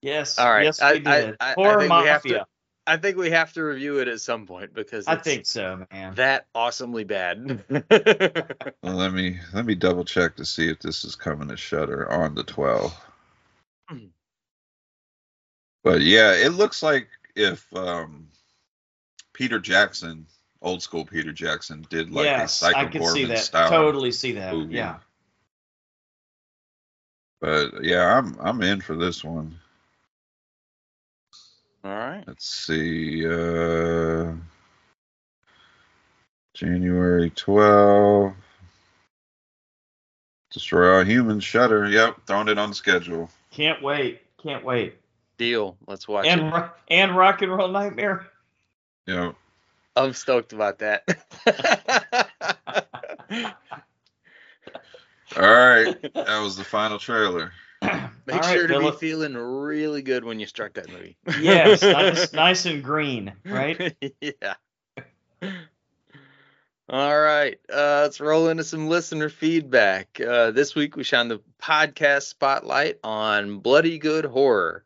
C: yes.
E: All right.
C: Yes,
E: I-
C: we
E: I-
C: did.
E: I- I
C: Horror
E: think we have to-
C: Mafia.
E: I think we have to review it at some point because
C: I
E: it's
C: think so, man.
E: that awesomely bad.
D: Well, let me let me double check to see if this is coming to Shutter on the 12th.
E: Hmm.
D: But yeah, it looks like if um, Peter Jackson, old school Peter Jackson, did like a
C: yes, I
D: Psycho
C: could see
D: Gorman
C: that.
D: style.
C: Totally see that.
D: movie.
C: Yeah.
D: But yeah, I'm I'm in for this one.
E: All right.
D: Let's see. Uh, January 12th. Destroy All Humans, Shutter. Yep, throwing it on the schedule.
C: Can't wait. Can't wait.
E: Deal. Let's watch
C: And
E: it.
C: Ro- and rock and roll nightmare.
D: Yeah.
E: I'm stoked about that.
D: All right. That was the final trailer.
E: Make
C: All right,
E: sure to
C: Philip.
E: be feeling really good when you start that movie.
C: Yes, nice, nice and green, right?
E: yeah. All right. Uh, let's roll into some listener feedback. Uh, this week we shine the podcast spotlight on Bloody Good Horror,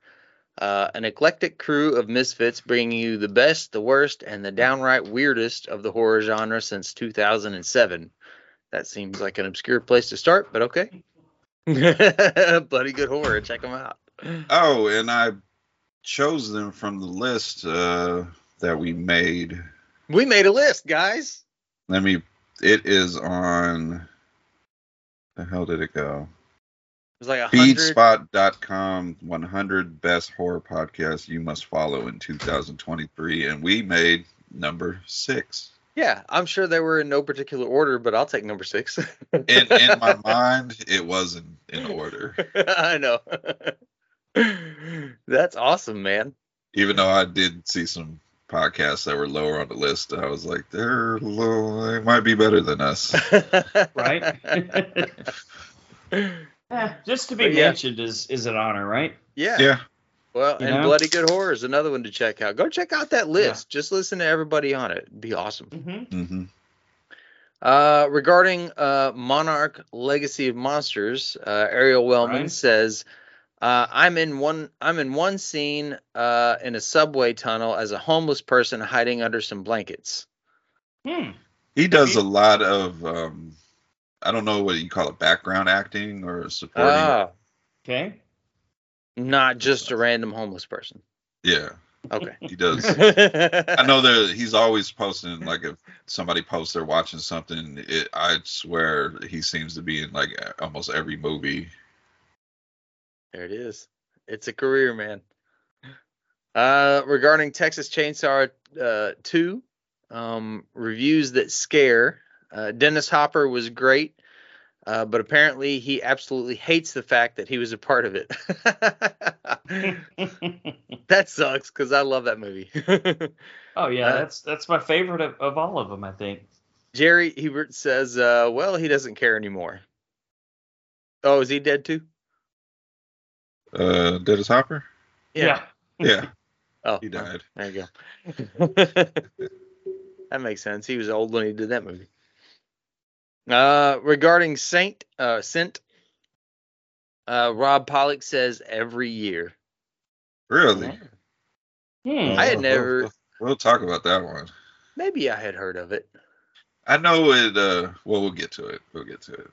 E: uh, an eclectic crew of misfits bringing you the best, the worst, and the downright weirdest of the horror genre since 2007. That seems like an obscure place to start, but okay. Bloody Good Horror. Check them out.
D: Oh, and I chose them from the list uh, that we made.
E: We made a list, guys.
D: Let me. It is on. The hell did it go?
E: It was like a hundred.
D: Feedspot.com 100 best horror podcasts you must follow in 2023. And we made number six.
E: Yeah, I'm sure they were in no particular order, but I'll take number six.
D: In, in my mind, it wasn't in order,
E: I know. That's awesome, man.
D: even though I did see some podcasts that were lower on the list. I was like, they're low. They might be better than us.
C: Right? Eh, Just to be
E: But yeah.
C: mentioned is is an honor, right?
E: yeah.
D: yeah.
E: Well,
C: You
E: and
C: know?
E: Bloody Good Horror is another one to check out. Go check out that list. Just listen to everybody on it. It'd be awesome.
C: Mm-hmm.
D: Mm-hmm.
E: Uh, regarding uh, Monarch Legacy of Monsters, uh, Ariel Wellman
C: Right.
E: says, uh, "I'm in one. I'm in one scene uh, in a subway tunnel as a homeless person hiding under some blankets.
C: Hmm.
D: He does a lot of, um, I don't know what you call it, background acting or supporting.
E: Ah,
C: Okay.
E: not just a random homeless person.
D: yeah,
E: Okay.
D: he does. I
E: I
D: know that he's always posting like if somebody posts they're watching something. It, I swear he seems to be in like almost every movie.
E: There it is. It's a career, man. Uh, regarding Texas Chainsaw uh, 2, um, reviews that scare. Uh, Dennis Hopper was great, uh, but apparently he absolutely hates the fact that he was a part of it. that sucks because I love that movie.
C: oh yeah,
E: Uh,
C: that's that's my favorite of, of all of them, I think.
E: Jerry Hebert says, uh, well, he doesn't care anymore. Oh, is he dead too?
D: Uh, Dennis Hopper. Yeah,
E: Oh,
D: he died.
E: There you go. that makes sense. He was old when he did that movie. Uh, regarding Saint uh, Scent, uh, Rob Pollock says every year.
D: Really?
C: Hmm.
E: I had
D: Oh,
E: never-
D: We'll, we'll talk about that one.
E: Maybe I had heard of it.
D: I know it. Uh, well, we'll get to it. We'll get to it.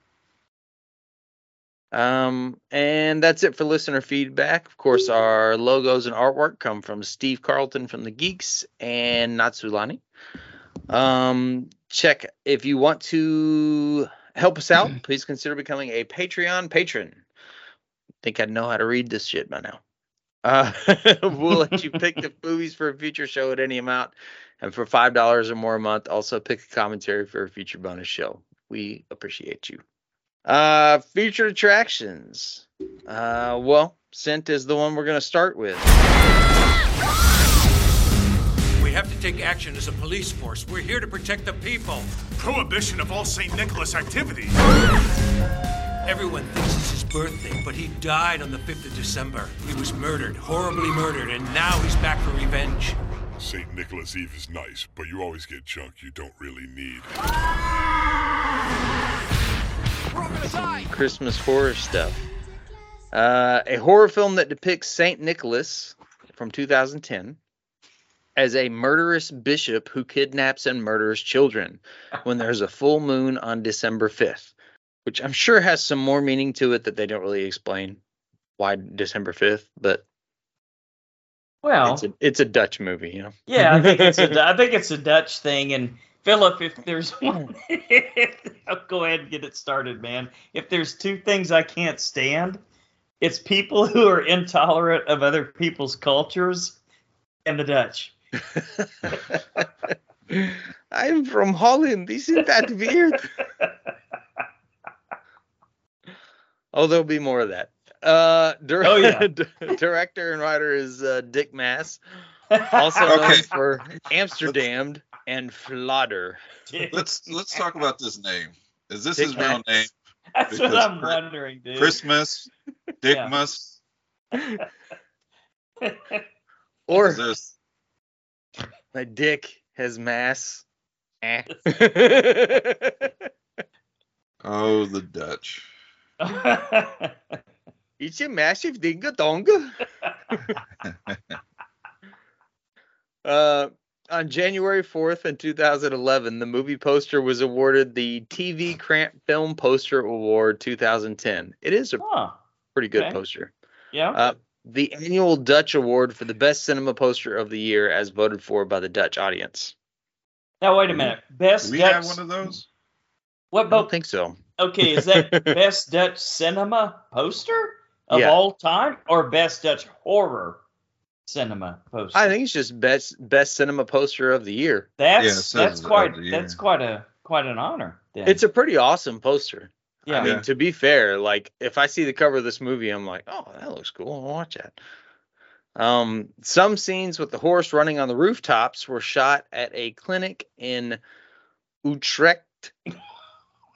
E: Um, and that's it for listener feedback. Of course, our logos and artwork come from Steve Carlton from the Geeks and Natsulani. Um, check if you want to help us out, please consider becoming a Patreon patron. Think I'd know how to read this shit by now. Uh, we'll let you pick the movies for a future show at any amount, and for five dollars or more a month, also pick a commentary for a future bonus show. We appreciate you. Uh, featured attractions. Uh, well, scent is the one we're gonna start with.
F: We have to take action as a police force. We're here to protect the people.
B: Prohibition of all St. Nicholas activities.
F: Everyone thinks it's his birthday, but he died on the 5th of December. He was murdered, horribly murdered, and now he's back for revenge.
B: St. Nicholas Eve is nice, but you always get junk you don't really need.
F: We're all gonna die!
E: Christmas horror stuff. Uh, a horror film that depicts Saint Nicholas from 2010 as a murderous bishop who kidnaps and murders children when there's a full moon on December 5th, which I'm sure has some more meaning to it that they don't really explain why December 5th, but
C: Well, Oh.
E: it's a it's a Dutch movie, you know.
C: yeah, I think it's a I think it's a Dutch thing. And Philip, if there's one, I'll go ahead and get it started, man. If there's two things I can't stand, it's people who are intolerant of other people's cultures and the Dutch.
E: I'm from Holland. Isn't that weird? oh, there'll be more of that. Uh, dir-
C: Oh, yeah.
E: d- director and writer is uh, Dick Mass. also known
D: Okay.
E: for Amsterdam and Flodder.
D: Let's let's talk about this name. Is this
E: Dick
D: his real
E: Max.
D: name?
C: That's what
D: because
C: I'm
D: Chris-
C: wondering, dude.
D: Christmas,
C: Yeah.
D: Dickmas.
E: Or
D: Is this
E: my dick has mass. Eh.
D: oh the Dutch?
E: it's a massive ding a dong. uh, on January 4th, in 2011, the movie poster was awarded the TV Cramp Film Poster Award 2010. It is a
C: Huh.
E: pretty good
C: okay.
E: poster.
C: Yeah.
E: Uh, the annual Dutch Award for the best cinema poster of the year, as voted for by the Dutch audience.
C: now wait a
D: we-
C: minute. Best
D: Do we
C: Dutch.
D: have one of those?
E: I
C: What
E: don't
C: boat?
E: think so.
C: Okay, is that best Dutch cinema poster of
E: Yeah.
C: all time, or best Dutch horror cinema poster?
E: I think it's just best best cinema poster of the year.
C: that's
D: Yeah, it says
C: that's
D: of the
C: quite
D: year.
C: that's quite a quite an honor. Then.
E: It's a pretty awesome poster.
C: yeah.
E: I mean, to be fair, like if I see the cover of this movie, I'm like, oh, that looks cool. I'll watch that. Um, some scenes with the horse running on the rooftops were shot at a clinic in Utrecht,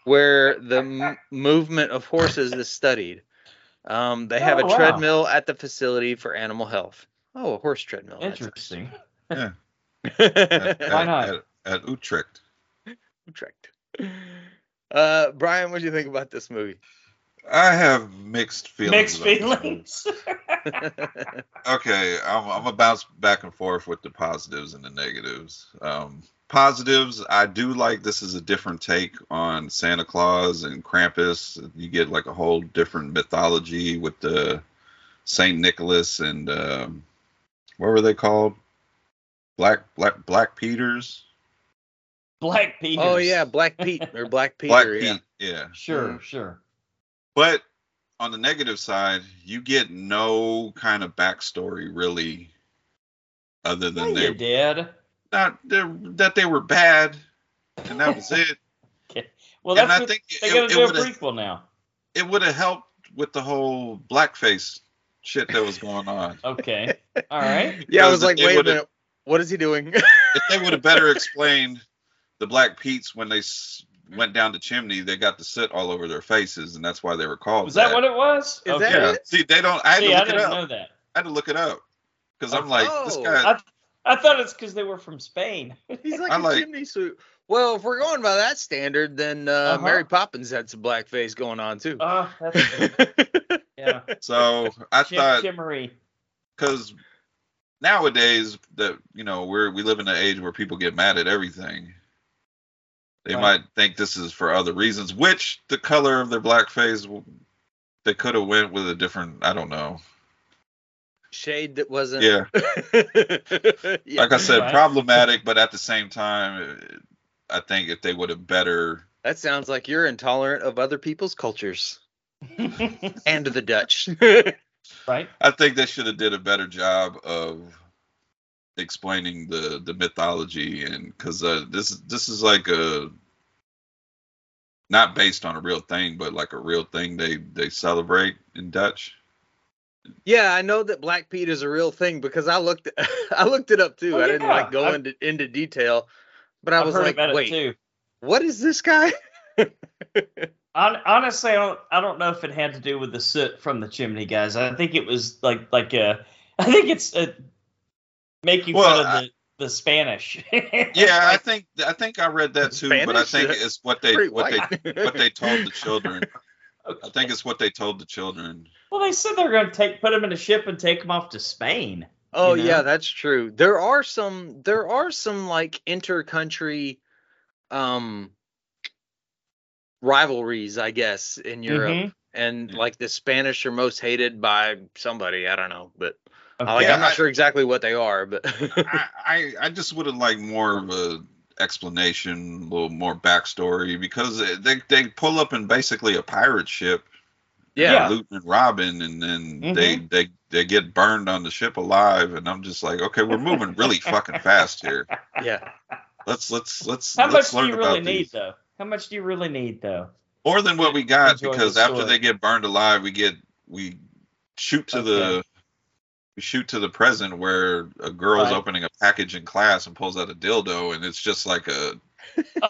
E: where the m- movement of horses is studied. Um, they have
C: Oh,
E: a
C: wow.
E: treadmill at the facility for animal health. Oh, a horse treadmill. that's
C: Interesting.
E: nice.
D: At,
C: Why not?
D: At, at Utrecht.
E: Utrecht. Uh, Brian, what do you think about this movie?
D: I have mixed feelings.
C: Mixed
D: about this movie.
C: feelings.
D: Okay, I'm, I'm gonna bounce back and forth with the positives and the negatives. Um, positives, I do like this is a different take on Santa Claus and Krampus. You get like a whole different mythology with the Saint Nicholas and um, what were they called? Black Black Black Peters.
C: Black Peter.
E: oh yeah, Black Pete or Black Peter.
D: Black
E: yeah.
D: Pete. Yeah.
C: Sure.
E: Mm.
C: Sure.
D: But on the negative side, you get no kind of backstory really, other
C: Yeah,
D: than
C: you
D: they
C: did.
D: not they- that they were bad, and that was it.
C: Well,
D: and
C: that's
D: I
C: what
D: think
C: they're gonna
D: it,
C: do a
D: would have
C: prequel now.
D: it would have helped with the whole blackface shit that was going on.
C: Okay. All right.
E: Yeah, I was
D: Because
E: like,
D: they
E: wait a
D: would've-
E: minute, what is he doing?
D: If they would have better explained the black peats when they s- went down the chimney, they got the soot all over their faces, and that's why they were called.
C: Was that what it was?
E: Is that
C: okay.
D: Yeah.
E: it?
D: See, they don't. I had
C: See,
D: to
C: I
D: look it
C: didn't
D: up.
C: know that.
D: I had to look it up because I'm like, this
E: Oh.
D: guy.
C: I thought it's because they were from Spain.
E: He's like
D: I
E: a
D: like-
E: chimney sweep. Well, if we're going by that standard, then uh,
C: Uh-huh.
E: Mary Poppins had some blackface going on too.
C: Oh, that's yeah.
D: So I
C: Chim-
D: thought
C: Chimmery.
D: because nowadays that you know we're we live in an age where people get mad at everything. They
C: Right.
D: might think this is for other reasons, which the color of their blackface w- they could have went with a different. I don't know.
E: Shade that wasn't.
D: Yeah,
E: Yeah,
D: like I said,
C: Right.
D: problematic, but at the same time, eh, I think if they would have better.
E: that sounds like you're intolerant of other people's cultures and the Dutch.
C: right?
D: I think they should have did a better job of explaining the the mythology and because uh, this this is like a not based on a real thing, but like a real thing they they celebrate in Dutch.
E: Yeah, I know that Black Pete is a real thing because I looked I looked it up too.
C: Oh,
E: I didn't
C: yeah.
E: like go
C: I've-
E: into into detail, but I
C: I've
E: was
C: heard
E: like,
C: about
E: wait,
C: it too.
E: what is this guy?
C: Hon- honestly, I don't, I don't know if it had to do with the soot from the chimney, guys. I think it was like like uh, I think it's uh, making
D: Well,
C: fun of the, the Spanish.
D: Yeah, I think I think I read that too, but I
E: Spanish?
D: think it's what they
E: Pretty
D: what they
E: white.
D: what they told the children. I
C: Okay.
D: think it's what they told the children.
C: Well, they said they're going to take put him in a ship and take him off to Spain.
E: Oh
C: you know?
E: yeah, that's true. There are some there are some like inter-country um rivalries, I guess, in Europe.
C: Mhm.
E: And
D: Yeah.
E: like the Spanish are most hated by somebody, I don't know, but I like
C: Okay.
E: I'm not
D: I-
E: sure exactly what they are, but
D: I, I I just would have liked more of a explanation, a little more backstory because they they pull up in basically a pirate ship,
E: yeah.
D: looting and robbing, and then
C: Mhm.
D: they they they get burned on the ship alive, and I'm just like, okay, we're moving really fucking fast here.
E: Yeah.
D: Let's let's let's
C: How much
D: let's
C: do
D: learn
C: you
D: about
C: really need
D: these.
C: though? How much do you really need though?
D: more than what we got
C: Enjoy
D: because
C: the
D: after
C: story.
D: they get burned alive, we get we shoot to the we shoot to the present where a girl's
C: Right.
D: opening a package in class and pulls out a dildo, and it's just like a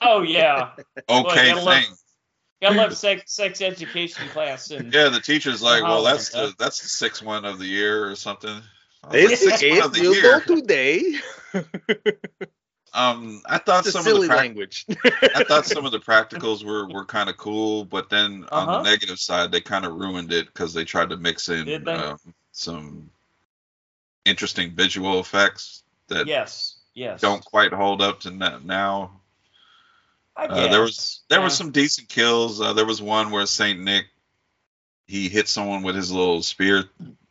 C: Oh yeah,
D: okay
C: I love-
D: thing.
C: I love sex sex education class and
D: Yeah, the teacher's like, well,
C: Oh,
D: that's
C: yeah.
D: the that's the sixth one of the year or something. I was like,
E: This
D: sixth one
E: is
D: of the year.
E: today.
D: Um, I thought
E: It's
D: some
E: a
D: of the
E: silly
D: prac-
E: language.
D: I thought some of the practicals were were kind of cool, but then on
C: Uh-huh.
D: the negative side, they kind of ruined it because they tried to mix
C: Did
D: in
C: they?
D: um, some interesting visual effects that
C: yes, yes.
D: don't quite hold up to n- now.
C: I
D: Uh, there
C: guess.
D: was there were
C: Yeah.
D: some decent kills. Uh, there was one where Saint Nick he hit someone with his little spear,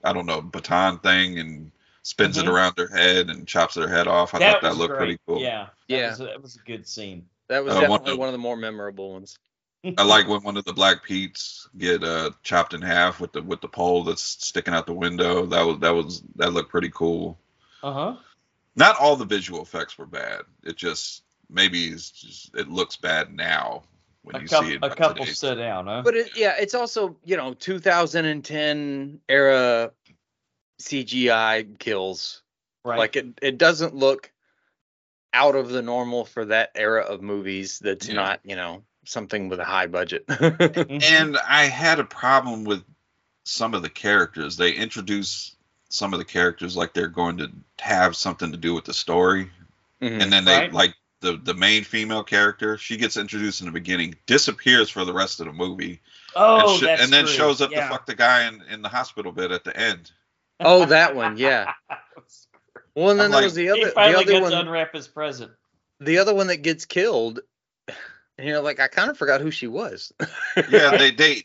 D: I don't know, baton thing, and spins
C: Mhm.
D: it around their head and chops their head off. I thought that
C: was
D: looked
C: great.
D: pretty cool.
C: Yeah, that
E: Yeah.
C: was a, that was a good scene.
E: That was
D: Uh, one
E: definitely
D: of-
E: one of the more memorable ones.
D: I like when one of the black peats get uh, chopped in half with the with the pole that's sticking out the window. That was that was that looked pretty cool.
C: Uh
E: Uh-huh.
C: huh.
D: Not all the visual effects were bad. It just maybe it's just, it looks bad now when
C: A,
D: you
C: coup-
D: see it.
C: a
D: by
C: couple
D: today's-
C: stood out, huh?
E: But it, yeah, it's also you know 2010 era CGI kills.
C: right.
E: Like it, it doesn't look out of the normal for that era of movies. That's
D: Yeah.
E: not you know something with a high budget. Mm-hmm.
C: Mhm.
D: and I had a problem with some of the characters. They introduce some of the characters like they're going to have something to do with the story,
E: Mhm.
D: and then they
C: Right.
D: like the the main female character. She gets introduced in the beginning, disappears for the rest of the movie,
C: oh,
D: and, sh-
C: that's
D: and then
C: true.
D: shows up
C: yeah.
D: to fuck the guy in, in the hospital bed at the end.
E: Oh, that one, yeah. Well, and then
D: I'm
E: there
D: like-
E: was the
C: he
E: other, the
C: finally
E: other
C: gets
E: one,
C: to unwrap his present.
E: the other one that gets killed. And you're like, I kind of forgot who she was.
D: Yeah, they they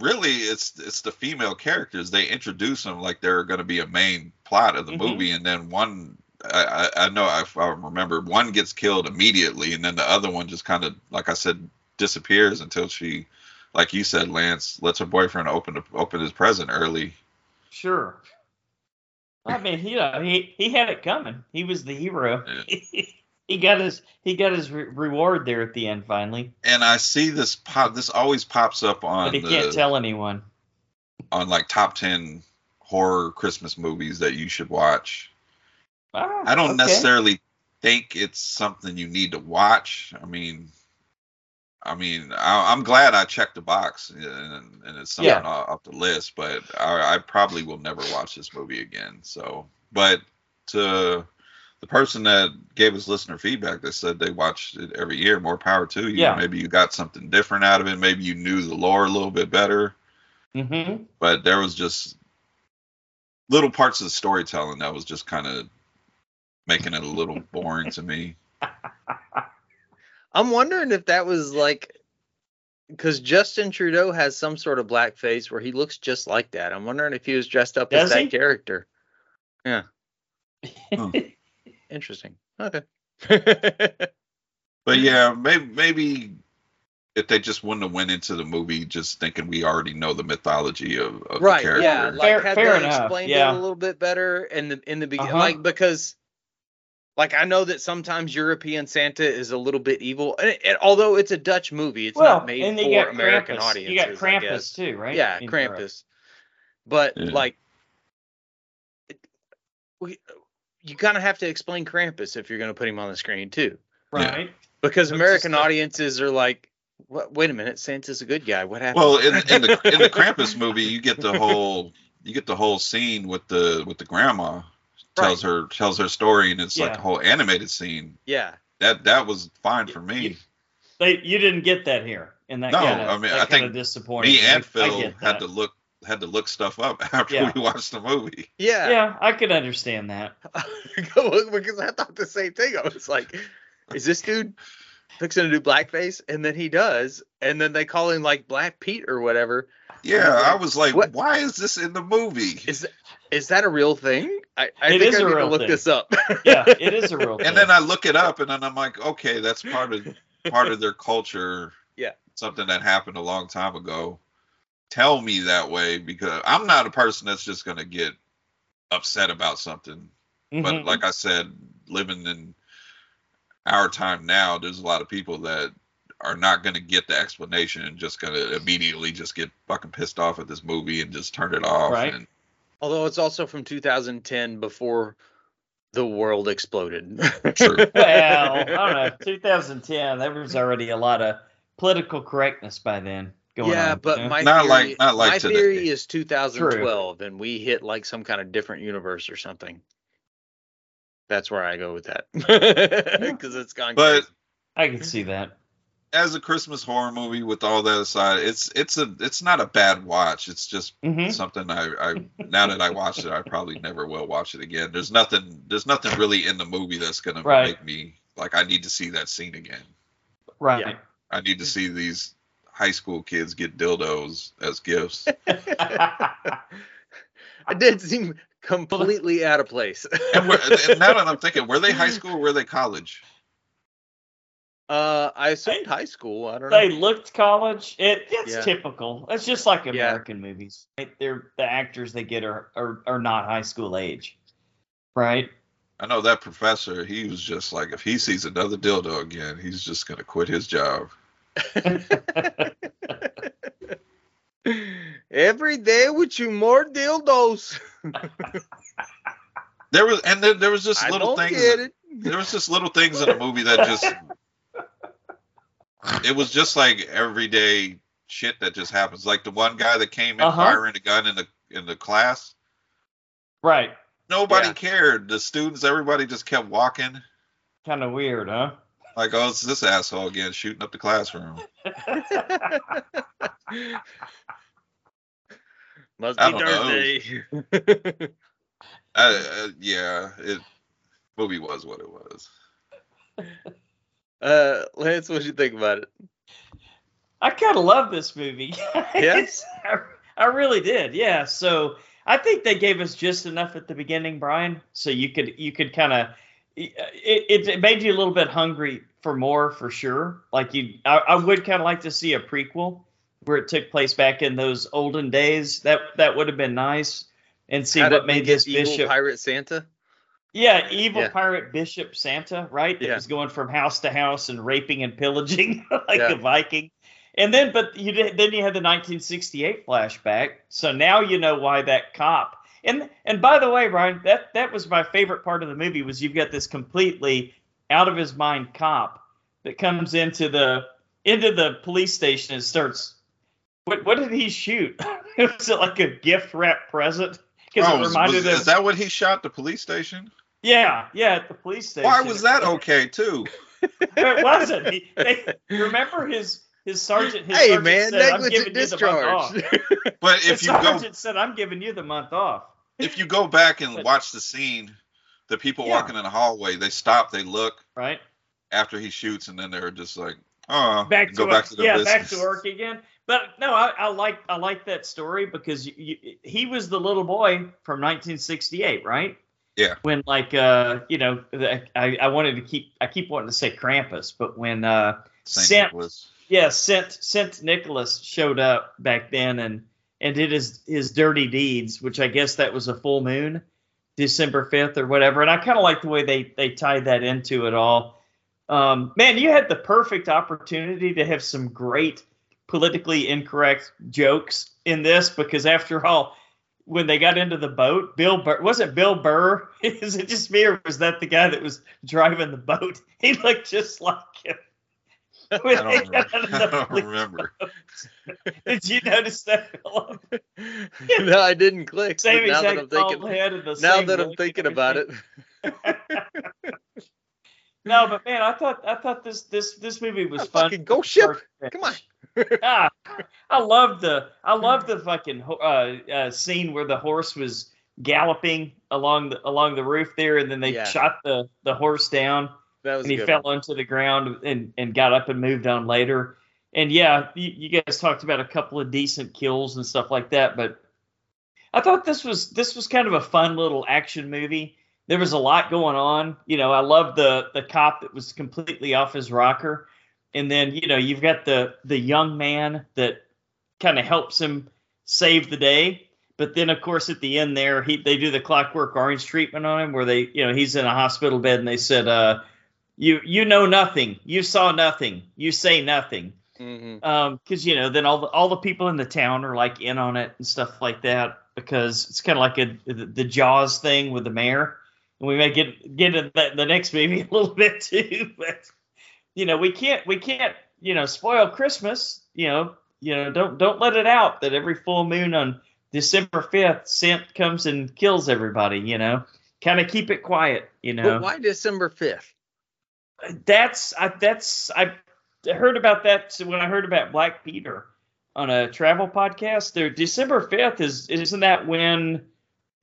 D: really it's it's the female characters. They introduce them like they're going to be a main plot of the
C: Mhm.
D: movie, and then one. I, I I know if I remember one gets killed immediately, and then the other one just kind of, like I said, disappears until she, like you said, Lance lets her boyfriend open the, open his present early.
C: Sure. I mean, you know, he he had it coming. He was the hero. he got his he got his re- reward there at the end finally,
D: And I see this pop. This always pops up on
C: but he
D: the,
C: can't tell anyone.
D: on like top ten horror Christmas movies that you should watch.
C: Ah,
D: I don't
C: okay.
D: necessarily think it's something you need to watch. I mean, I mean, I, I'm glad I checked the box and, and it's something
C: Yeah.
D: off off the list, but I, I probably will never watch this movie again. So, but to the person that gave us listener feedback that said they watched it every year, more power to you.
C: Yeah.
D: Maybe you got something different out of it. Maybe you knew the lore a little bit better
C: Mhm.
D: but there was just little parts of the storytelling that was just kind of making it a little boring to me.
E: I'm wondering if that was like because Justin Trudeau has some sort of blackface where he looks just like that. I'm wondering if he was dressed up
C: Does
E: as
C: he?
E: that character. Interesting. Okay.
D: But yeah, maybe maybe if they just wouldn't have went into the movie just thinking we already know the mythology of, of
E: right.
D: the character.
E: Yeah. Like
C: Fair-
E: had
C: fair
E: they
C: enough,
E: explained
C: yeah.
E: it a little bit better in the in the beginning,
C: Uh-huh.
E: like because like I know that sometimes European Santa is a little bit evil, and, and although it's a Dutch movie, it's
C: well,
E: not made
C: and
E: for
C: you got
E: American
C: Krampus.
E: audiences.
C: You got
E: I guess.
C: Krampus too, right?
E: Yeah,
C: In
E: Krampus.
C: Europe.
E: But
D: Yeah.
E: like, it- we, you kind of have to explain Krampus if you're going to put him on the screen too,
D: Yeah.
C: Right.
E: because
C: But
E: American
C: just, uh,
E: audiences are like, "What? Wait a minute, Santa's a good guy. What happened?"
D: Well, in, in the in the Krampus movie, you get the whole you get the whole scene with the with the grandma tells her tells her story, and it's like
C: Yeah.
D: a whole animated scene.
E: yeah,
D: That that was fine for me.
C: They, you didn't get that here, and that
D: No,
C: kind of
D: I mean, I
C: that
D: think
C: kind of disappointing.
D: me and
C: I- I
D: Phil
C: get
D: had
C: that.
D: to look had to look stuff up after
C: Yeah.
D: we watched the movie.
E: yeah,
C: Yeah, I could understand that.
E: because I thought the same thing. I was like, "Is this dude fixing to do blackface?" And then he does, and then they call him like Black Pete or whatever.
D: Yeah, I was like,
E: What-
D: why is this in the movie?
E: Is is that a real thing? I, I
C: It is
E: think I
C: a
E: need to
C: real
E: look
C: thing.
E: this up.
C: Yeah, it is a real.
D: And then I look it up, and then I'm like, okay, that's part of part of their culture.
E: Yeah.
D: something that happened a long time ago. Tell me that way because I'm not a person that's just gonna get upset about something.
C: Mm-hmm.
D: But like I said, living in our time now, there's a lot of people that are not gonna get the explanation and just gonna immediately just get fucking pissed off at this movie and just turn it off.
C: Right.
D: And
E: Although it's also from 2010 before the world exploded.
D: True.
C: well, I don't know. 2010, there was already a lot of political correctness by then going on.
E: yeah,
C: you
E: but
C: know?
E: my
D: Not
E: theory,
D: like- not like
E: my
D: today.
E: theory is 2012, and we hit like some kind of different universe or something. That's where I go with that because it's gone.
D: But
E: crazy.
C: I can see that.
D: as a Christmas horror movie, with all that aside, it's it's a it's not a bad watch. It's just
C: Mhm.
D: something I, I now that I watched it, I probably never will watch it again. There's nothing there's nothing really in the movie that's gonna
C: Right.
D: make me like I need to see that scene again.
C: Right.
E: Yeah.
D: I need to see these high school kids get dildos as gifts.
E: it did seem completely out of place.
D: and, we're, and now that I'm thinking, were they high school? Or were they college?
E: Uh, I assumed high school. I don't
C: they
E: know.
C: looked college. It, it's
E: Yeah.
C: typical. It's just like
E: Yeah.
C: American movies. Right? They're the actors they get are, are are not high school age, right?
D: I know that professor. He was just like, if he sees another dildo again, he's just gonna quit his job.
E: Every day with you more dildos.
D: There was, and there, there was just
E: I
D: little
E: don't
D: things.
E: get it.
D: there was just little things in the movie that just it was just like everyday shit that just happens like the one guy that came in
C: Uh-huh.
D: firing a gun in the in the class
C: Right.
D: nobody
E: Yeah.
D: cared the students everybody just kept walking
C: Kind of weird, huh?
D: like oh it's this asshole again shooting up the classroom
E: Must
D: I
E: be
D: don't know.
E: Thursday.
D: uh, uh, yeah it movie was what it was
E: Uh, Lance, what you think about it?
C: I kind of love this movie. Yes, I, I really did. Yeah. So I think they gave us just enough at the beginning, Brian. So you could you could kind of it, it it made you a little bit hungry for more for sure. Like you, I, I would kind of like to see a prequel where it took place back in those olden days. That that would have been nice. And see
E: How did
C: what
E: we
C: made
E: get
C: this
E: evil
C: bishop.
E: pirate Santa?
C: Yeah, evil
E: Yeah.
C: pirate Bishop Santa, right? That
E: Yeah.
C: was going from house to house and raping and pillaging like
E: Yeah.
C: a Viking. And then, but you did, then you had the 1968 flashback. So now you know why that cop. And and by the way, Ryan, that that was my favorite part of the movie was you've got this completely out of his mind cop that comes into the into the police station and starts. What what did he shoot? was it like a gift wrap present? Because
D: oh,
C: it
D: was-
C: reminded
D: was-
C: him.
D: is that what he shot the police station
C: Yeah, yeah, at the police station.
D: why was that okay too
C: it wasn't. He, they, remember his his sergeant. His
E: hey
C: sergeant
E: man,
C: said, I'm
E: negligent
C: giving you the month off.
E: discharge.
D: but
C: The
D: if you go
C: sergeant said, "I'm giving you the month off."
D: if you go back and
C: But-
D: watch the scene, the people
C: Yeah.
D: walking in the hallway, they stop, they look
C: Right
D: after he shoots, and then they're just like, oh,
C: back to
D: go
C: work.
D: back to their
C: yeah,
D: business.
C: back to work again. But no, I, I like I like that story because you, you, he was the little boy from 1968, right?
D: Yeah.
C: When like uh, you know, the, I I wanted to keep I keep wanting to say Krampus, but when uh
D: Saint
C: Sam-
D: Nicholas.
C: yeah, Saint Saint Nicholas showed up back then and and did his his dirty deeds, which I guess that was a full moon, December fifth or whatever. And I kind of like the way they they tied that into it all. Um, man, you had the perfect opportunity to have some great politically incorrect jokes in this because after all. When they got into the boat, Bill Burr was it Bill Burr? Is it just me, or was that the guy that was driving the boat? He looked just like him.
D: I
C: When
D: don't,
C: they got
D: remember.
C: out of
D: I
C: the
D: don't
C: police
D: remember.
C: did you notice that? Philip?
E: no, I didn't click.
C: same
E: but now that
C: exact
E: I'm thinking,
C: bald head and "Oh, the
E: now
C: same
E: that I'm
C: look and
E: thinking about
C: everything.
E: it,
C: No, but man, I thought I thought this this this movie was
E: A
C: fun.
E: fucking ghost
C: from
E: ship.
C: start to
E: Come on.
C: finish. ah, I love the I love the fucking ho- uh, uh, scene where the horse was galloping along the along the roof there, and then they
E: Yeah.
C: shot the the horse down.
E: that was a
C: and he
E: good
C: fell
E: one.
C: onto the ground and, and got up and moved on later. And yeah, you, you guys talked about a couple of decent kills and stuff like that, but I thought this was this was kind of a fun little action movie. There was a lot going on. You know, I love the the cop that was completely off his rocker. And then, you know, you've got the the young man that kind of helps him save the day. But then, of course, at the end there, he they do the clockwork orange treatment on him, where they, you know, he's in a hospital bed, and they said, uh, "You you know nothing, you saw nothing, you say nothing," Um,
E: Mhm.
C: because you know then all the all the people in the town are like in on it and stuff like that. because it's kind of like a, the, the Jaws thing with the mayor, and we may get get into that in the next movie a little bit too. But you know, we can't we can't you know spoil Christmas. You know, you know don't don't let it out that every full moon on December fifth, Santa comes and kills everybody. You know, kind of keep it quiet. You know,
E: But why December fifth?
C: that's I that's I heard about that when I heard about Black Peter on a travel podcast. There, December fifth is isn't that when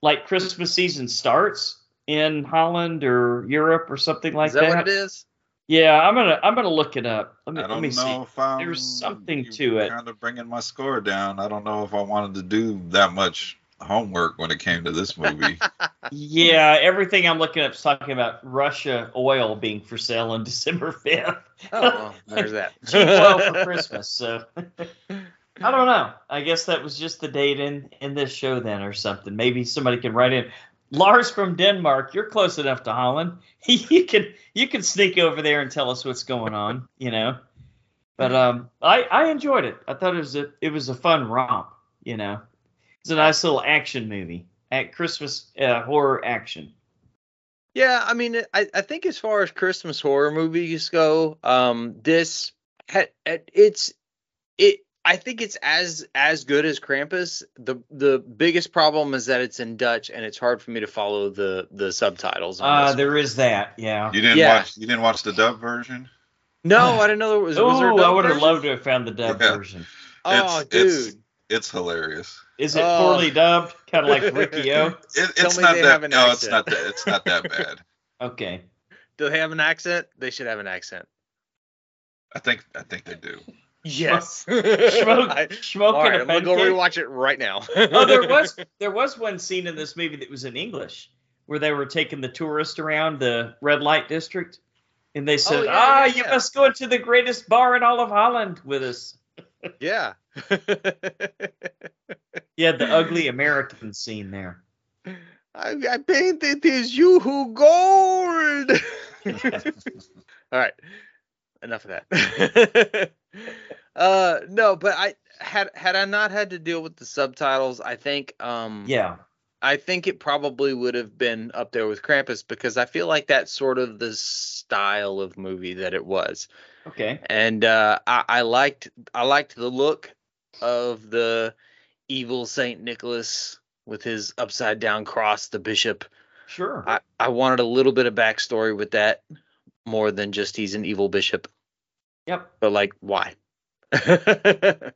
C: like Christmas season starts in Holland or Europe or something like
E: Is that, what it is?
C: Yeah, I'm gonna I'm gonna look it up. Let me,
D: I
C: let
D: don't
C: me
D: know
C: see.
D: if I'm.
C: There's something to it.
D: Kind of bringing my score down. I don't know if I wanted to do that much homework when it came to this movie.
C: Yeah, everything I'm looking up is talking about Russia oil being for sale on December fifth.
E: Oh, well, there's that.
C: cheap oil for Christmas. So I don't know. I guess that was just the date in in this show then, or something. Maybe somebody can write in. Lars from Denmark, you're close enough to Holland. you can you can sneak over there and tell us what's going on. You know, but um, I I enjoyed it. I thought it was a it was a fun romp. You know, it's a nice little action movie at Christmas uh, horror action.
E: Yeah, I mean, I, I think as far as Christmas horror movies go, um, this had it's it. I think it's as as good as Krampus. the The biggest problem is that it's in Dutch and it's hard for me to follow the the subtitles. on
C: Uh,
E: this.
C: there is that. Yeah.
D: You didn't
E: Yeah.
D: watch. You didn't watch the dub version.
E: no, I didn't know there was. was there a
C: Oh, I
E: dub
C: would have
E: version?
C: loved to have found the dub
D: Yeah.
C: version.
E: Oh,
D: It's- it's-
E: dude,
D: It's hilarious.
C: Is it
E: Oh.
C: poorly dubbed? Kind of like Ricky O.
D: It,
E: Tell
D: it's
E: me
D: not
E: they have
D: that.
E: an
D: No, it's
E: accent.
D: not that. It's not that bad.
C: Okay.
E: do they have an accent? They should have an accent.
D: I think. I think they do.
E: Yes.
C: Smoke,
E: I-
C: smoke
E: All right,
C: and a
E: I'm gonna go
C: pancake.
E: rewatch it right now.
C: oh, there was there was one scene in this movie that was in English where they were taking the tourist around the red light district, and they said,
E: Oh, yeah,
C: "Ah,
E: yeah,
C: you
E: yeah."
C: must go into the greatest bar in all of Holland with us."
E: Yeah.
C: Yeah, the ugly American scene there.
E: I, I painted this you who gold. All right, enough of that. uh, no, but I had had I not had to deal with the subtitles, I think um
C: Yeah,
E: I think it probably would have been up there with Krampus because I feel like that's sort of the style of movie that it was
C: okay.
E: and uh, I, I liked I liked the look of the evil Saint Nicholas with his upside down cross, the bishop.
C: Sure.
E: I, I wanted a little bit of backstory with that more than just he's an evil bishop,
C: yep.
E: but like why? but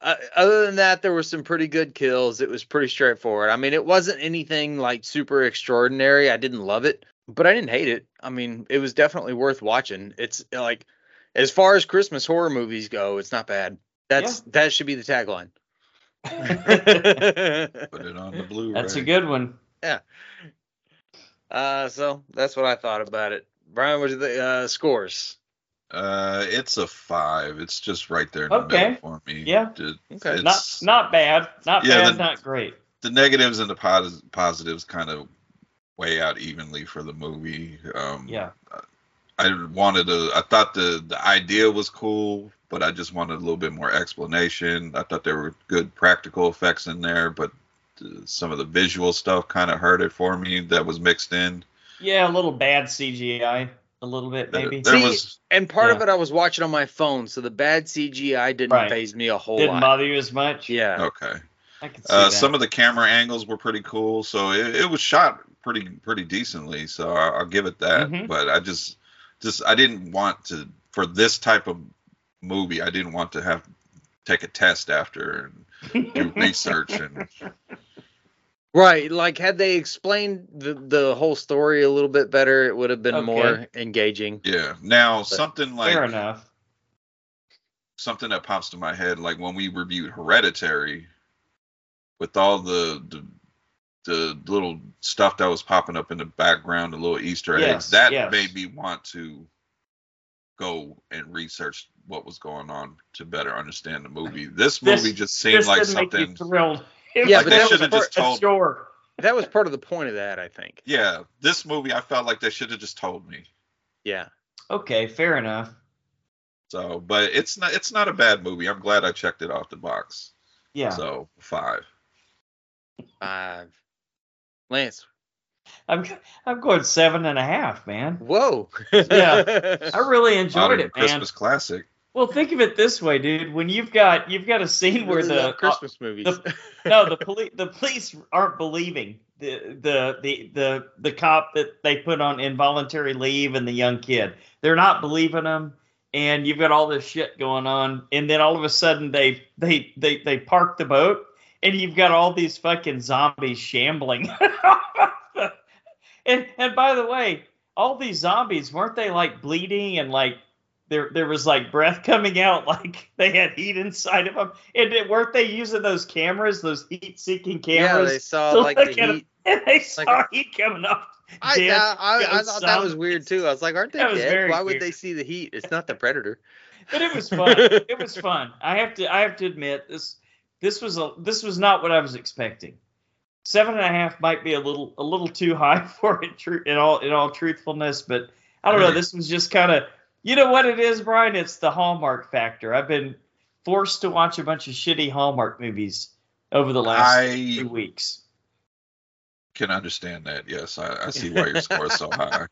E: uh, other than that, there were some pretty good kills. It was pretty straightforward. I mean, it wasn't anything like super extraordinary. I didn't love it, but I didn't hate it. I mean, it was definitely worth watching. It's like, as far as Christmas horror movies go, it's not bad. That's that should be the tagline.
D: Put it on the blue.
C: That's a good one.
E: uh, so that's what I thought about it. Brian, what are the uh, scores?
D: Uh, it's a five. It's just right there in the
C: Okay.
D: middle for me.
C: Yeah.
D: It-
E: Okay.
D: it's-
C: Not not bad. Not
D: Yeah,
C: bad.
D: the-
C: not great.
D: the negatives and the pos- positives kind of weigh out evenly for the movie. Um,
C: Yeah.
D: I wanted to. I thought the the idea was cool, but I just wanted a little bit more explanation. I thought there were good practical effects in there, but uh, some of the visual stuff kind of hurt it for me. That was mixed in.
C: Yeah, a little bad CGI. A little bit
D: There-
C: maybe.
D: There
E: See,
D: was
E: And part of
C: Yeah.
E: it I was watching on my phone, so the bad CGI didn't
C: Right.
E: phase me a whole
C: Didn't
E: lot.
C: bother you as much.
E: Yeah.
D: okay.
C: I can uh, see
D: Uh,
C: that.
D: some of the camera angles were pretty cool, so it, it was shot pretty pretty decently. So I, I'll give it that.
C: Mhm.
D: But I just just I didn't want to for this type of movie. I didn't want to have take a test after and do research and
E: Right. Like had they explained the, the whole story a little bit better, it would have been
C: Okay.
E: more engaging.
D: yeah. Now something like
C: Fair enough.
D: something that pops to my head like when we reviewed hereditary with all the the, the little stuff that was popping up in the background the little easter eggs
C: Yes,
D: that
C: yes.
D: made me want to go and research what was going on to better understand the movie this
C: This-
D: movie just seemed like
C: didn't make you
D: something
C: thrilled. It
E: Yeah,
C: was like
E: but that
C: they
E: was
C: should have
D: part-
C: just told. Sure.
E: That was part of the point of that, I think.
D: yeah this movie i felt like they should have just told me
E: Yeah.
C: Okay, fair enough.
D: so but it's not it's not a bad movie i'm glad i checked it off the box
C: Yeah.
D: so five
E: Five. Lance.
C: I'm I'm going seven and a half, man.
E: Whoa.
C: Yeah. I really enjoyed
D: Modern
C: it, man.
D: Christmas classic.
C: Well, think of it this way, dude. When you've got you've got a scene where
E: Really
C: the uh,
E: love Christmas movies.
C: no the police the police aren't believing the, the the the the cop that they put on involuntary leave and the young kid they're not believing him and you've got all this shit going on and then all of a sudden they they they they park the boat and you've got all these fucking zombies shambling and and by the way all these zombies weren't they like bleeding and like there there was like breath coming out like they had heat inside of them and it, weren't they using those cameras those heat seeking
E: yeah,
C: cameras
E: they saw
C: to
E: like the
C: look at 'em.
E: heat.
C: and they saw
E: like-
C: heat coming up
E: I,
C: Dead
E: I, I, I
C: ghost
E: thought that was
C: zombies.
E: weird too. I was like, aren't they
C: That was
E: dead?
C: very
E: Why would
C: weird.
E: they see the heat? It's not the predator.
C: but it was fun it was fun i have to i have to admit this this was a this was not what i was expecting seven and a half might be a little a little too high for it tru- in all in all truthfulness but i don't know this was just kind of you know what it is brian it's the hallmark factor i've been forced to watch a bunch of shitty hallmark movies over the last
D: I
C: two weeks
D: can understand that. Yes, I, I see why your score is so high.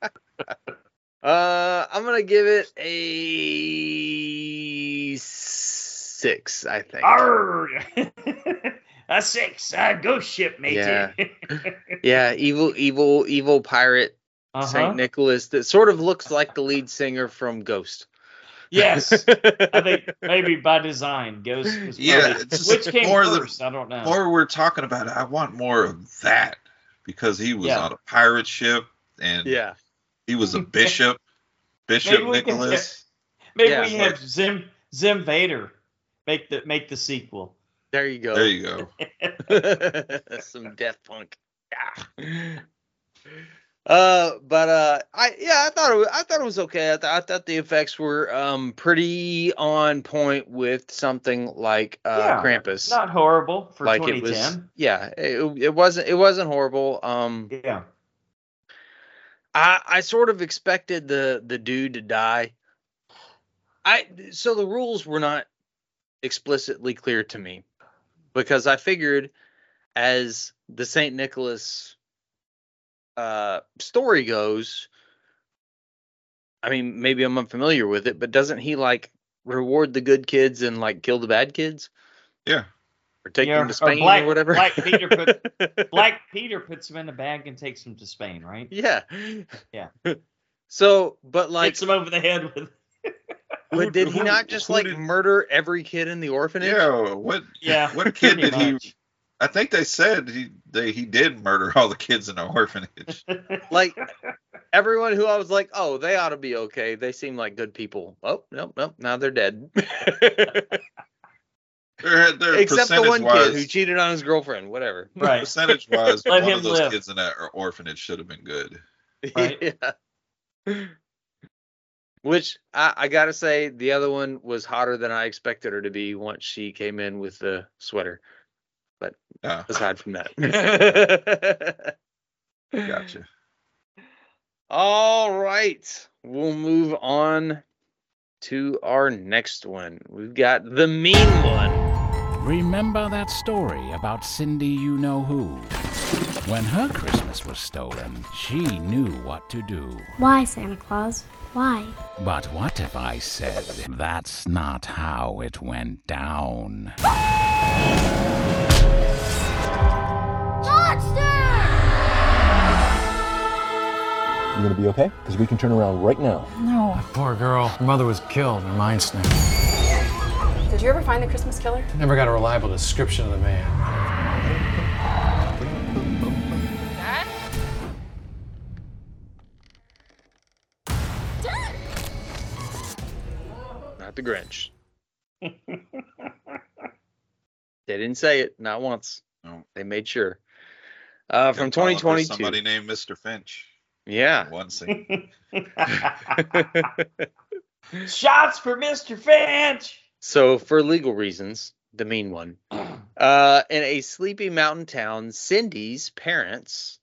E: Uh, I'm gonna give it a six. I think.
C: Arr! a six a ghost ship matey
E: Yeah. Yeah, evil, evil, evil pirate
C: Uh-huh.
E: Saint Nicholas that sort of looks like the lead singer from Ghost.
C: yes I think maybe by design Ghost was probably,
D: Yeah, it's just
C: which came
D: more the-
C: first. I don't know.
D: more we're talking about it, I want more of that because he was
C: Yeah.
D: on a pirate ship and
E: yeah.
D: he was a bishop, Bishop
C: Maybe we can
D: Nicholas.
C: Maybe
E: yeah,
C: we
D: it's
C: have Zim Zim Vader make the make the sequel.
E: There you go.
D: There you go.
E: Some death punk. Yeah. Uh, but uh, I yeah, I thought it was, I thought it was okay. I, th- I thought the effects were um pretty on point with something like uh
C: Yeah.
E: Krampus.
C: Not horrible for
E: like it
C: 2010.
E: was yeah, it, it wasn't it wasn't horrible. Um,
C: yeah.
E: I I sort of expected the the dude to die. I so the rules were not explicitly clear to me because I figured as the Saint Nicholas uh story goes I mean maybe I'm unfamiliar with it but doesn't he like reward the good kids and like kill the bad kids
D: Yeah.
E: or take
C: Yeah,
E: them to Spain or,
C: Black-
E: whatever
C: Black Peter put- Black Peter puts him in a bag and takes him to Spain, right?
E: yeah
C: Yeah.
E: so but like
C: Hits him over the head with
E: But
D: Who-
E: did he
D: who-
E: not just
D: who
E: like
D: did-
E: murder every kid in the orphanage?
D: Yeah, what
C: yeah.
D: what kid
C: pretty
D: did he
C: much.
D: I think they said he they, he did murder all the kids in the orphanage.
E: Like everyone who I was like, oh, they ought to be okay. They seem like good people. Oh, nope, nope. Now they're dead.
D: Their, their
E: Except the one kid who
D: percentage-wise-
E: cheated on his girlfriend. Whatever.
C: Right.
D: percentage wise,
C: Let
D: one of
C: him
D: those
C: live.
D: kids in that or- orphanage should have been good.
C: Right.
E: Yeah. Which I, I gotta say, the other one was hotter than I expected her to be once she came in with the sweater.
D: Yeah,
E: Aside from that.
D: gotcha.
E: All right. We'll move on to our next one. We've got the mean one.
G: Remember that story about Cindy You Know Who? When her Christmas was stolen, she knew what to do.
H: Why, Santa Claus? Why?
G: But what if I said that's not how it went down?
I: You gonna be okay? Because we can turn around right now.
J: No. Poor girl. Her mother was killed and her mind snapped.
K: Did you ever find the Christmas killer?
J: Never got a reliable description of the man.
E: Not the Grinch. they didn't say it, not once.
D: No.
E: They made sure. Uh, from Ah.
D: Gotta follow up with
E: 2022.
D: Somebody named Mr. Finch.
E: Yeah.
D: One scene.
C: Shots for Mr. Finch.
E: So, for legal reasons, the mean one. Uh, in a sleepy mountain town, Cindy's parents,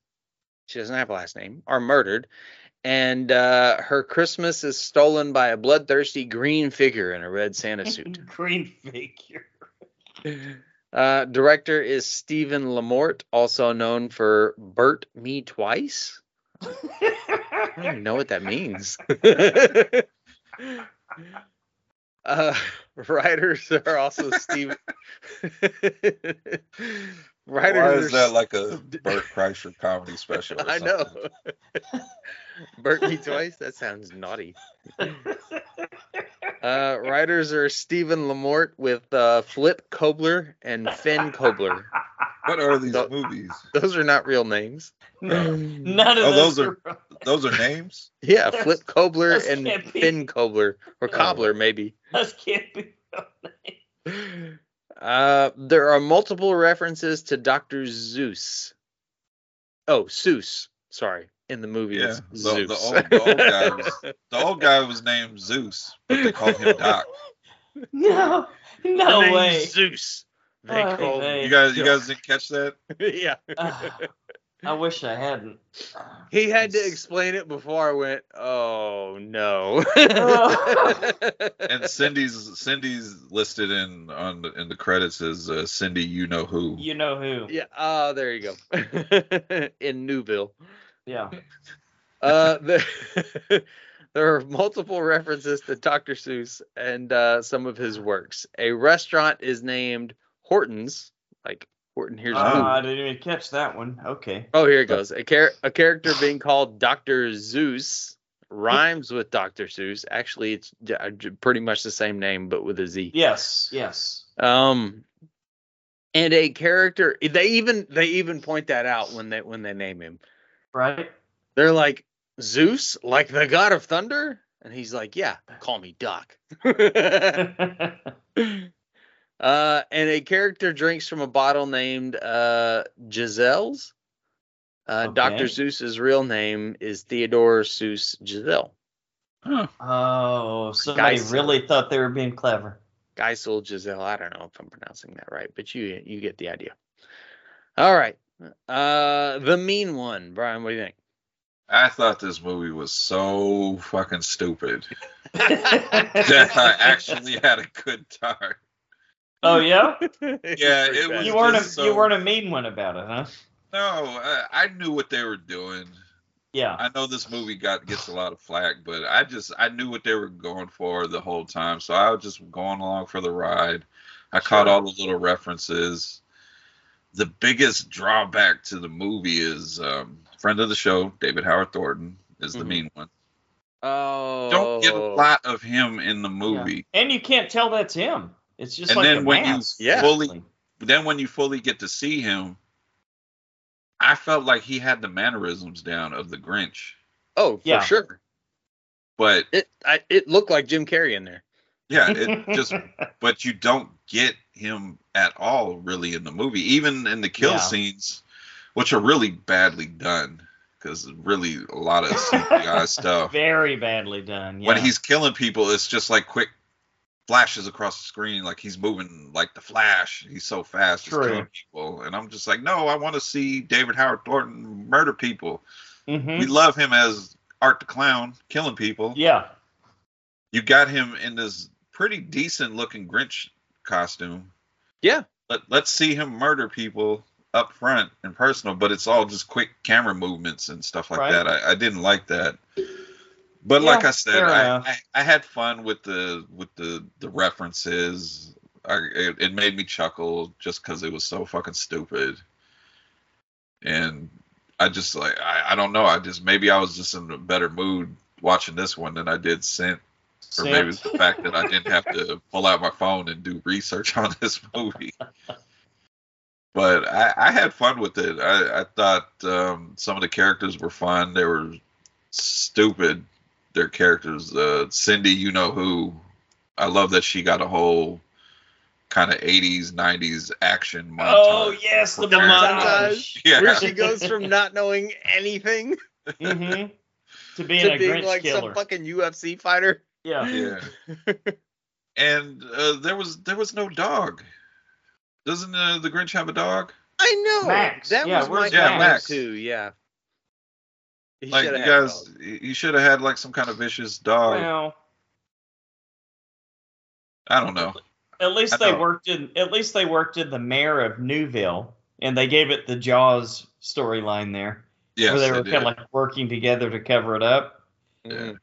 E: she doesn't have a last name, are murdered, and uh, her Christmas is stolen by a bloodthirsty green figure in a red Santa suit.
C: Green figure.
E: Uh, director is Stephen Lamort, also known for Burt Me Twice. I don't even know what that means. uh, writers are also Steve. writers
D: Why is
E: are
D: that like a Burt Kreischer comedy special? Or
E: I
D: something?
E: know. Burnt me twice? That sounds naughty. Uh, writers are Stephen Lamort with uh, Flip Kobler and Finn Kobler.
D: What are these movies?
E: Those are not real names.
C: None of
D: Oh,
C: those,
D: those are those are names.
E: Yeah,
C: That's-
E: Flip Kobler
C: those
E: and
C: can't be. Oh.
E: Finn Kobler, or Cobbler maybe.
C: Those can't be. real names.
E: Uh, there are multiple references to Doctor Zeus. Oh, Seuss. Sorry, in the movie,
D: Yeah,
E: it's
D: the,
E: Zeus.
D: the, old, the old guy was the old guy was named Zeus, but they called him Doc.
C: No, no
E: Her name's
C: way.
E: Zeus. They
C: Oh,
E: call
C: man.
D: You guys, you guys didn't catch that?
E: yeah.
C: Ah, I wish I hadn't. Ah,
E: He had to
C: it's-
E: explain it before I went, oh no.
C: Oh.
D: And Cindy's Cindy's listed in on the, in the credits as uh, Cindy. You know who?
C: You know who?
E: yeah, oh, there you go. In Newville.
C: Yeah.
E: Uh, the, there are multiple references to Dr. Seuss and uh, some of his works. A restaurant is named Horton's, like Horton Here's
C: Ah,
E: Who.
C: I didn't even catch that one. Okay.
E: Oh, here it goes. A, char- a character being called Dr. Zeus rhymes with Dr. Seuss. Actually, it's d- uh, j- pretty much the same name, but with a Z.
C: Yes. Yes.
E: Um, and a character they even they even point that out when they when they name him.
C: Right.
E: They're like Zeus, like the god of thunder, and he's like, yeah, call me Doc. Uh, and a character drinks from a bottle named uh, Giselle's. Uh, Dr.
C: Okay.
E: Zeus's real name is Theodore Seuss Giselle.
C: oh, somebody
E: Geisel.
C: really thought they were being clever.
E: Geisel Giselle. I don't know if I'm pronouncing that right, but you you get the idea. All right. Uh, the mean one, Brian. What do you think?
D: I thought this movie was so fucking stupid that I actually had a good time.
C: Oh yeah.
D: Yeah, it was
C: You weren't a
D: just so-
C: you weren't a mean one about it, huh?
D: No, I, I knew what they were doing.
C: Yeah.
D: I know this movie got gets a lot of flack, but I just I knew what they were going for the whole time, so I was just going along for the ride. I caught all the little references. The biggest drawback to the movie is um, friend of the show David Howard Thornton is the
E: Mhm.
D: mean one.
E: Oh,
D: Don't get a lot of him in the movie.
C: And you can't tell that's him. It's just
D: And
C: like
D: then
C: a
D: when you
C: mask.
E: Yeah.
D: fully- But then when you fully get to see him, I felt like he had the mannerisms down of the Grinch,
E: Oh,
C: Yeah.
E: for sure.
D: but
E: It I, it looked like Jim Carrey in there.
D: yeah, it just but you don't get him at all really in the movie even in the kill
C: Yeah.
D: scenes which are really badly done because really a lot of cgi stuff
C: very badly done. Yeah.
D: when he's killing people it's just like quick flashes across the screen like he's moving like the flash he's so fast he's
C: True.
D: killing people and i'm just like no i want to see david howard thornton murder people
C: Mhm.
D: we love him as art the clown killing people
C: yeah.
D: you got him in this pretty decent looking Grinch costume.
E: Yeah.
D: Let, let's see him murder people up front and personal, but it's all just quick camera movements and stuff like
C: Right.
D: that. I, I didn't like that. But
C: Yeah,
D: like I said,
C: fair
D: I,
C: enough.
D: I, I had fun with the with the the references. I, it, it made me chuckle just because it was so fucking stupid. And I just like I, I don't know. I just maybe I was just in a better mood watching this one than I did Scent or
C: Sam-
D: maybe it's the fact that I didn't have to pull out my phone and do research on this movie. But I, I had fun with it. I, I thought um, some of the characters were fun. They were stupid. Their characters, uh, Cindy, you know who. I love that she got a whole kind of 80s, 90s action montage.
C: Oh yes, the
D: for her.
C: montage.
D: Yeah.
E: Where she goes from not knowing anything
C: hmm To being
E: to
C: a
E: being
C: Grinch
E: like
C: killer.
E: some fucking UFC fighter.
C: yeah.
D: Yeah. and uh, there was there was no dog. Doesn't uh, the Grinch have a dog?
E: I know.
C: Max.
E: That
C: Yeah,
E: was my
C: where's
E: yeah,
D: Max?
E: too. Yeah. He
D: like
E: should've
D: you
E: had a
D: guys,
E: dog.
D: y- you should have had like some kind of vicious dog.
C: Well,
D: I don't know.
C: At least they worked in. At least they worked in the mayor of Newville, and they gave it the Jaws storyline there,
D: Yes,
C: where they
D: they
C: were kind of
D: did.
C: like working together to cover it up.
D: Mm-hmm.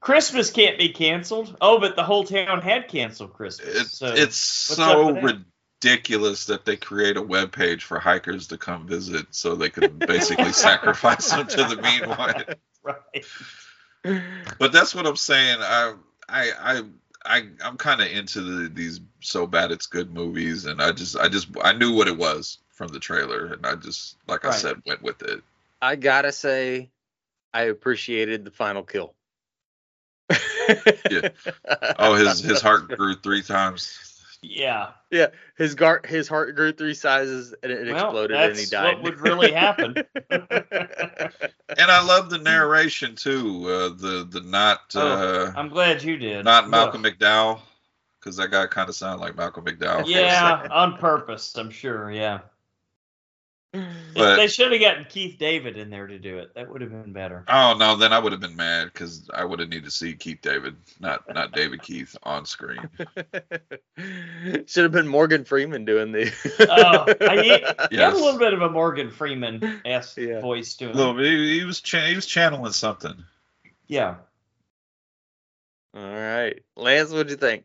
C: Christmas can't be canceled. Oh, but the whole town had canceled Christmas. so
D: It's
C: what's up
D: so
C: with that?
D: ridiculous that they create a web page for hikers to come visit so they could basically sacrifice them to the mean one.
C: right.
D: But that's what I'm saying. I I I I I'm kind of into the, these so bad it's good movies, and I just I just I knew what it was from the trailer, and I just like I
E: Right.
D: said went with it.
E: I gotta say, I appreciated the final kill.
D: Yeah. Oh, his his heart grew three times.
C: Yeah.
E: Yeah, his gar- his heart grew three sizes and it
C: Well,
E: exploded, and he
C: that's
E: died.
C: what would really happen.
D: And I love the narration too. Uh, the the not
C: Oh,
D: uh,
C: I'm glad you did.
D: not
C: Look.
D: Malcolm McDowell because that guy kind of sounded like Malcolm McDowell. for a
C: Yeah,
D: second.
C: on purpose, I'm sure. Yeah.
D: But-
C: they should have gotten Keith David in there to do it. That would have been better.
D: Oh no, then I would have been mad because I would have needed to see Keith David, not not David Keith, on screen.
E: Should have been Morgan Freeman doing the.
C: Oh, I need, you have
D: Yes.
C: a little bit of a Morgan Freeman esque voice to him.
D: Little, he, he was cha- he was channeling something.
C: Yeah.
E: All right, Lance, what'd you think?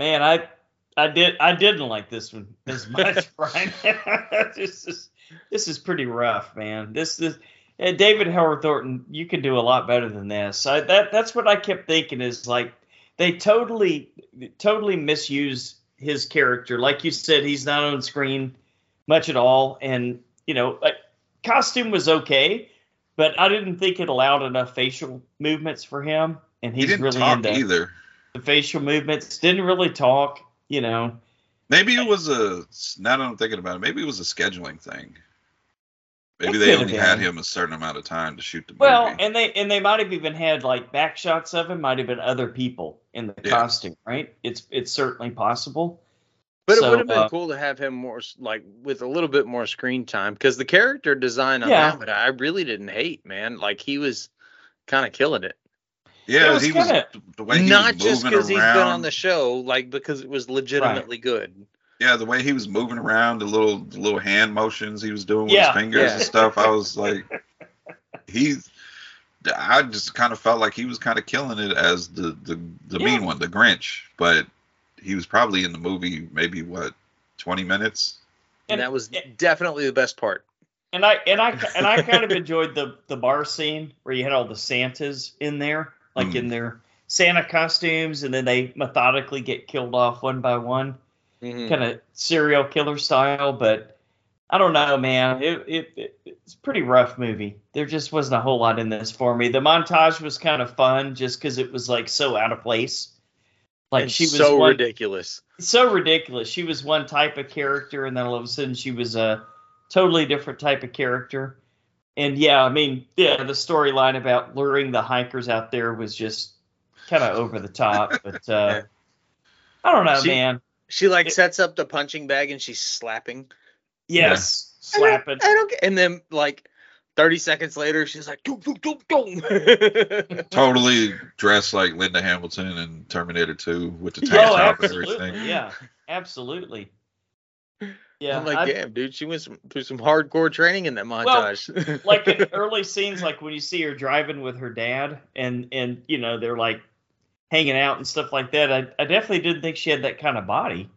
C: Man, I I did I didn't like this one as much, Brian. this is this is pretty rough, man. This is eh, David Howard Thornton. You can do a lot better than this. I, that that's what I kept thinking is like they totally totally misuse his character. Like you said, he's not on screen much at all, and you know, like, costume was okay, but I didn't think it allowed enough facial movements for him, and
D: He
C: he's
D: didn't
C: really
D: talk
C: into
D: either.
C: the facial movements. Didn't really talk, you know.
D: Maybe it was a now that I'm thinking about it. Maybe it was a scheduling thing. Maybe
C: It
D: they
C: could have
D: only had
C: been.
D: him a certain amount of time to shoot the movie.
C: Well, and they and they might have even had like back shots of him. Might have been other people in the
D: Yeah.
C: costume, right? It's it's certainly possible.
E: But it
C: So,
E: would have been
C: uh,
E: cool to have him more s- like with a little bit more screen time because the character design on
C: Yeah.
E: that, but I really didn't hate, man. Like he was kind of killing it.
D: yeah,
C: it was
D: he was
C: kinda-
D: the way he
E: Not
D: was
E: just
D: moving
E: he's been on
D: around.
E: the show, like because it was legitimately good.
D: yeah, the way he was moving around, the little the little hand motions he was doing with
E: Yeah,
D: his fingers
E: yeah.
D: and stuff. I was like, he's. I just kind of felt like he was kind of killing it as the the, the
C: Yeah.
D: mean one, the Grinch. But he was probably in the movie maybe what twenty minutes.
E: And,
C: And-
E: that was definitely the best part.
C: And I and I and I kind of enjoyed the the bar scene where you had all the Santas in there, like in their Santa costumes, and then they methodically get killed off one by one,
E: Mhm.
C: kind of serial killer style. But I don't know, man. It, it, it it's a pretty rough movie. There just wasn't a whole lot in this for me. The montage was kind of fun, just because it was like so out of place. Like
E: And
C: she was
E: so
C: one,
E: ridiculous.
C: so ridiculous. She was one type of character, and then all of a sudden she was a totally different type of character. And yeah, I mean, yeah, the storyline about luring the hikers out there was just kind of over the top. But uh, I don't know,
E: She-
C: man.
E: She like sets up the punching bag and she's slapping.
C: Yes,
E: I don't-
C: slapping.
E: I don't. get- And then like thirty seconds later, she's like, "Dum, dum, dum, dum."
D: Totally dressed like Linda Hamilton in Terminator Two with the tank
C: Oh,
D: top and
C: absolutely.
D: everything.
C: Yeah, absolutely. Yeah,
E: I'm like,
C: I-
E: damn, dude, she went some, through some hardcore training in that montage.
C: like in early scenes, like when you see her driving with her dad, and and you know they're like hanging out and stuff like that. I, I definitely didn't think she had that kind of body.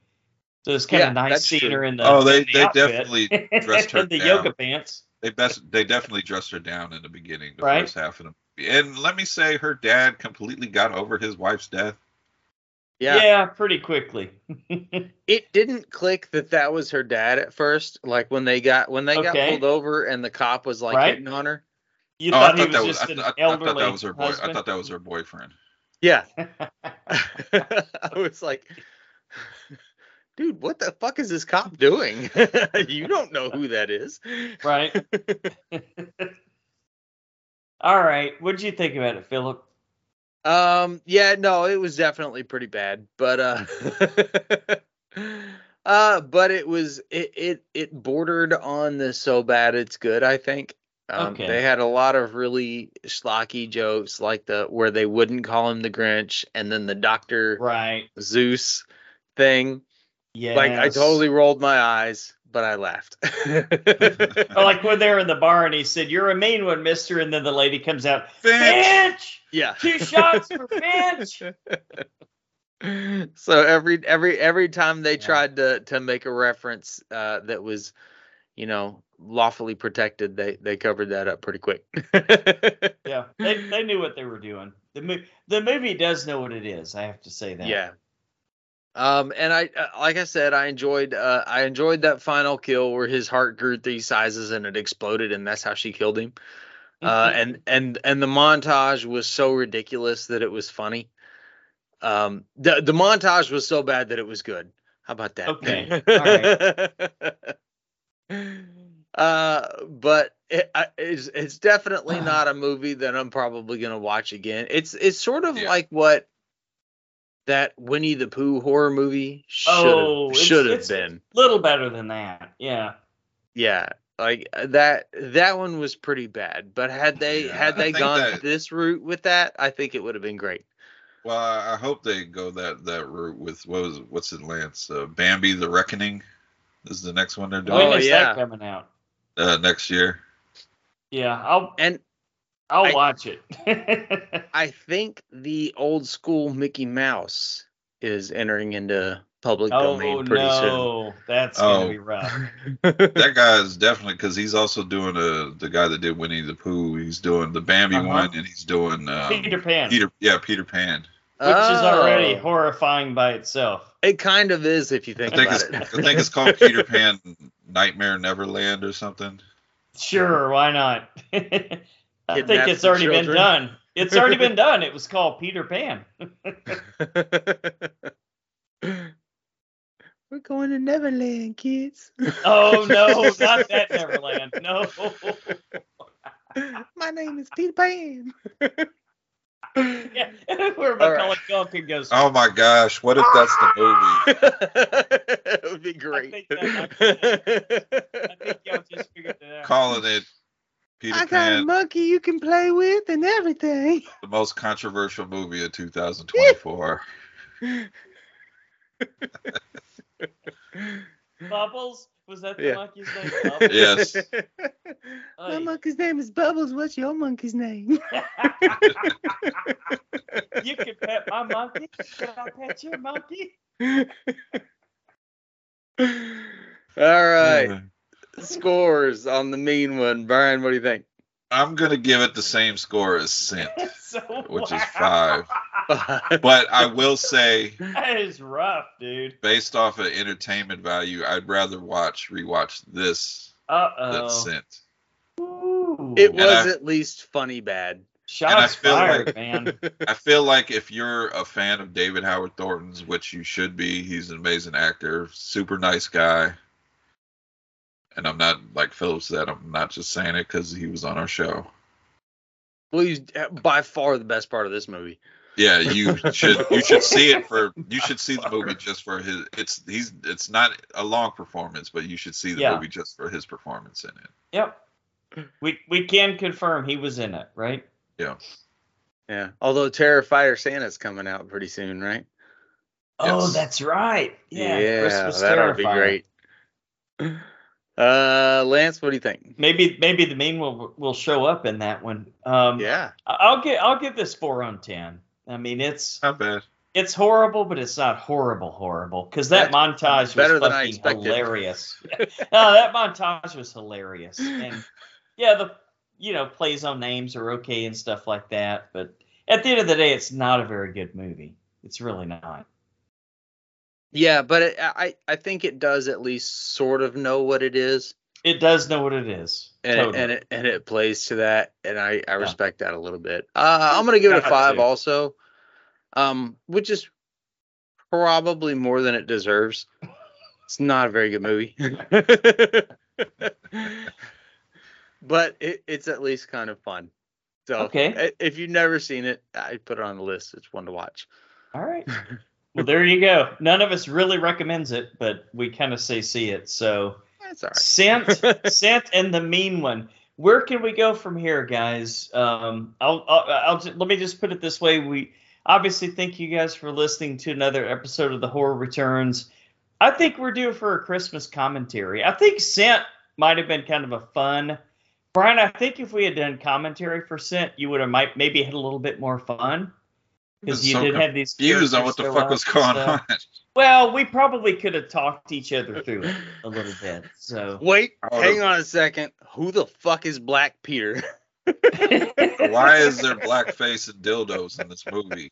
C: So it's kind
E: Yeah,
C: of nice
E: that's
C: seeing
E: true.
C: her in the
D: Oh, they
C: in the
D: they
C: outfit
D: definitely dressed her
C: in the
D: down.
C: yoga pants.
D: They best they definitely dressed her down in the beginning, the
C: Right.
D: first half of the movie. And let me say, her dad completely got over his wife's death.
E: yeah.
C: Yeah. pretty quickly.
E: it didn't click that that was her dad at first. Like when they got when they got
C: Okay.
E: pulled over and the cop was like
C: Right.
E: hitting on her.
C: You
D: oh,
C: thought,
D: I thought
C: he
D: that
C: was
D: was
C: just
D: I,
C: an
D: th- I, I
C: elderly
D: thought that was her boy. I
C: husband?
D: thought that was her boyfriend.
E: Yeah, I was like, dude, what the fuck is this cop doing? you don't know who that is.
C: right. All right, what'd you think about it, Philip?
E: Um, yeah, no, it was definitely pretty bad, but uh, uh, but it was it it it bordered on the so bad it's good. I think. Um,
C: Okay.
E: They had a lot of really schlocky jokes, like the where they wouldn't call him the Grinch, and then the Doctor
C: Right.
E: Zeus thing.
C: Yeah.
E: Like I totally rolled my eyes, but I laughed.
C: like when they're in the bar and he said, "You're a mean one, Mister," and then the lady comes out, "Finch,
E: yeah.
C: two shots for Finch."
E: so every every every time they tried to to make a reference uh, that was, you know, lawfully protected, they they covered that up pretty quick.
C: yeah, they they knew what they were doing. The mo- the movie does know what it is. I have to say that.
E: Yeah. Um, and I, uh, like I said, I enjoyed, uh, I enjoyed that final kill where his heart grew three sizes and it exploded, and that's how she killed him. Uh, and and and the montage was so ridiculous that it was funny. Um, the the montage was so bad that it was good. How about that?
C: Okay.
E: Uh, but it, I, it's it's definitely not a movie that I'm probably gonna watch again. It's it's sort of like what that Winnie the Pooh horror movie should
C: Oh,
E: have
C: it's-
E: should have
C: it's-
E: been.
C: Little better than that. Yeah.
E: Yeah, like uh, that that one was pretty bad. But had they
D: Yeah,
E: had
D: I
E: they
D: think
E: gone
D: that-
E: this route with that, I think it would have been great.
D: Well, I I hope they go that that route with what was what's it, Lance? Uh, Bambi the Reckoning is the next one they're doing
C: when is
E: Oh, yeah.
C: that coming out?
D: uh, next year.
C: Yeah, I'll
E: And
C: I'll
E: I-
C: watch it.
E: I think the old school Mickey Mouse is entering into public
C: oh
E: domain pretty
C: no, that's gonna
D: Oh.
C: be rough.
E: soon.
D: That guy is definitely because he's also doing uh the guy that did Winnie the Pooh. He's doing the Bambi
C: Uh-huh.
D: one, and he's doing um,
C: Peter Pan,
D: Peter- yeah, Peter Pan.
C: which is already
E: Oh.
C: horrifying by itself.
E: It kind of is if you think
D: I think
E: about
D: it's
E: it.
D: I think it's called Peter Pan Nightmare Neverland or something.
C: Sure, why not? I think
E: Kidnap
C: it's
E: the
C: already been
E: children.
C: done. It's already been done. It was called Peter Pan.
E: We're going to Neverland, kids.
C: Oh no, not that Neverland. No.
E: My name is Peter Pan.
C: Yeah, Where
E: All right.
C: Macaulay Culkin goes.
D: Oh my gosh, what if that's the movie?
E: that would be great.
C: think that- I think y'all just figured it out.
D: Calling it Peter Pan,
E: monkey you can play with and everything.
D: the most controversial movie of 2024.
C: Bubbles? Was that the
E: Yeah.
C: monkey's name? Bubbles?
D: yes.
C: Oy.
E: monkey's name is Bubbles. What's your monkey's name?
C: you can pet my monkey. Can I pet your monkey?
E: All right. Scores on the mean one. Brian, what do you think?
D: I'm gonna give it the same score as Scent,
C: So
D: which is
C: wow.
D: five. But I will say,
C: That is rough, dude.
D: based off of entertainment value, I'd rather watch rewatch this
C: Uh
D: than
C: oh.
D: Scent.
E: it
D: Yeah.
E: was at least funny bad.
D: And I
C: Shots
D: feel
C: fired,
D: like-
C: man.
D: I feel like if you're a fan of David Howard Thornton's, which you should be, he's an amazing actor, super nice guy. And I'm not like Philip said, I'm not just saying it because he was on our show.
E: Well, he's uh, by far the best part of this movie.
D: Yeah, you should you should see it for you should see the movie just for his it's he's it's not a long performance, but you should see the
C: Yeah.
D: movie just for his performance in it.
C: Yep. We we can confirm he was in it, right?
E: Yeah. Although Terrifier Santa's coming out pretty soon, right?
C: Oh,
D: Yes.
C: that's right. Yeah, Christmas
E: that'll be
C: Terrifier.
E: great. Uh, Lance, what do you think?
C: Maybe maybe the mean will will show up in that one. Um,
E: Yeah.
C: I- I'll get I'll give this four on ten. I mean, it's
D: Not bad.
C: it's horrible, but it's not horrible horrible because that
E: That's
C: montage
E: better
C: was
E: than I
C: fucking
E: expected.
C: hilarious. no, that montage was hilarious, and yeah, the you know plays on names are okay and stuff like that. But at the end of the day, it's not a very good movie. It's really not.
E: Yeah, but it, I I think it does at least sort of know what it is,
C: It does know what it is.
E: and
C: totally.
E: it, and it and it plays to that, and I
C: Yeah.
E: I respect that a little bit. Uh, I'm gonna give it a
C: Yeah,
E: five
C: too.
E: also, um, which is probably more than it deserves. It's not a very good movie, but it, it's at least kind of fun. So
C: Okay.
E: i- if you've never seen it, I put it on the list. It's one to watch.
C: All right. Well, there you go. None of us really recommends it, but we kind of say see it. So
E: That's all right.
C: Scent, Scent, and the mean one. Where can we go from here, guys? Um, I'll, I'll, I'll, ju- let me just put it this way: we, Obviously, thank you guys for listening to another episode of The Horror Returns. I think we're due for a Christmas commentary. I think Scent might have been kind of a fun. Brian, I think if we had done commentary for Scent, you would have might maybe had a little bit more fun because you
D: so
C: did have these
D: confused on
C: characters
D: what the
C: so
D: fuck
C: out
D: was
C: and
D: going
C: stuff.
D: on.
C: Well, we probably could have talked each other through it a little bit. So
E: Wait,
D: Oh,
E: hang
D: the-
E: on a second. Who the fuck is Black Peter?
D: Why is there blackface and dildos in this movie?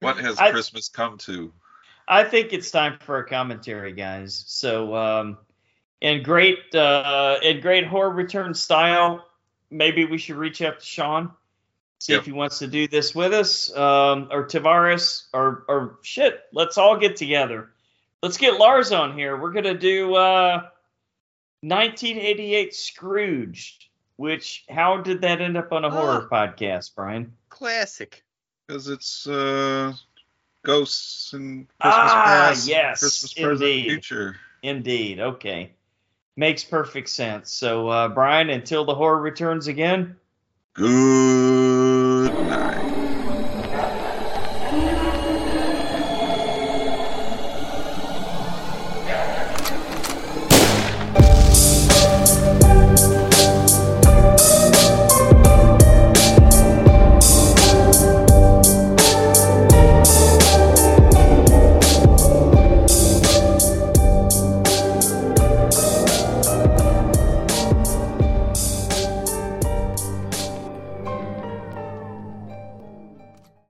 D: What has
C: I-
D: Christmas come to?
C: I think it's time for a commentary, guys. So, um, in great uh, in great horror return style, maybe we should reach out to Sean, see
D: Yep.
C: if he wants to do this with us, um, or Tavares, or or shit. Let's all get together. Let's get Lars on here. We're gonna do uh, 1988 Scrooge. Which how did that end up on a horror podcast, Brian?
E: Classic.
D: Because it's uh, ghosts and Christmas
C: Ah,
D: past,
C: yes,
D: Christmas present,
C: indeed.
D: future.
C: Indeed. Okay. Makes perfect sense. So, uh, Brian, until the horror returns again,
D: Good.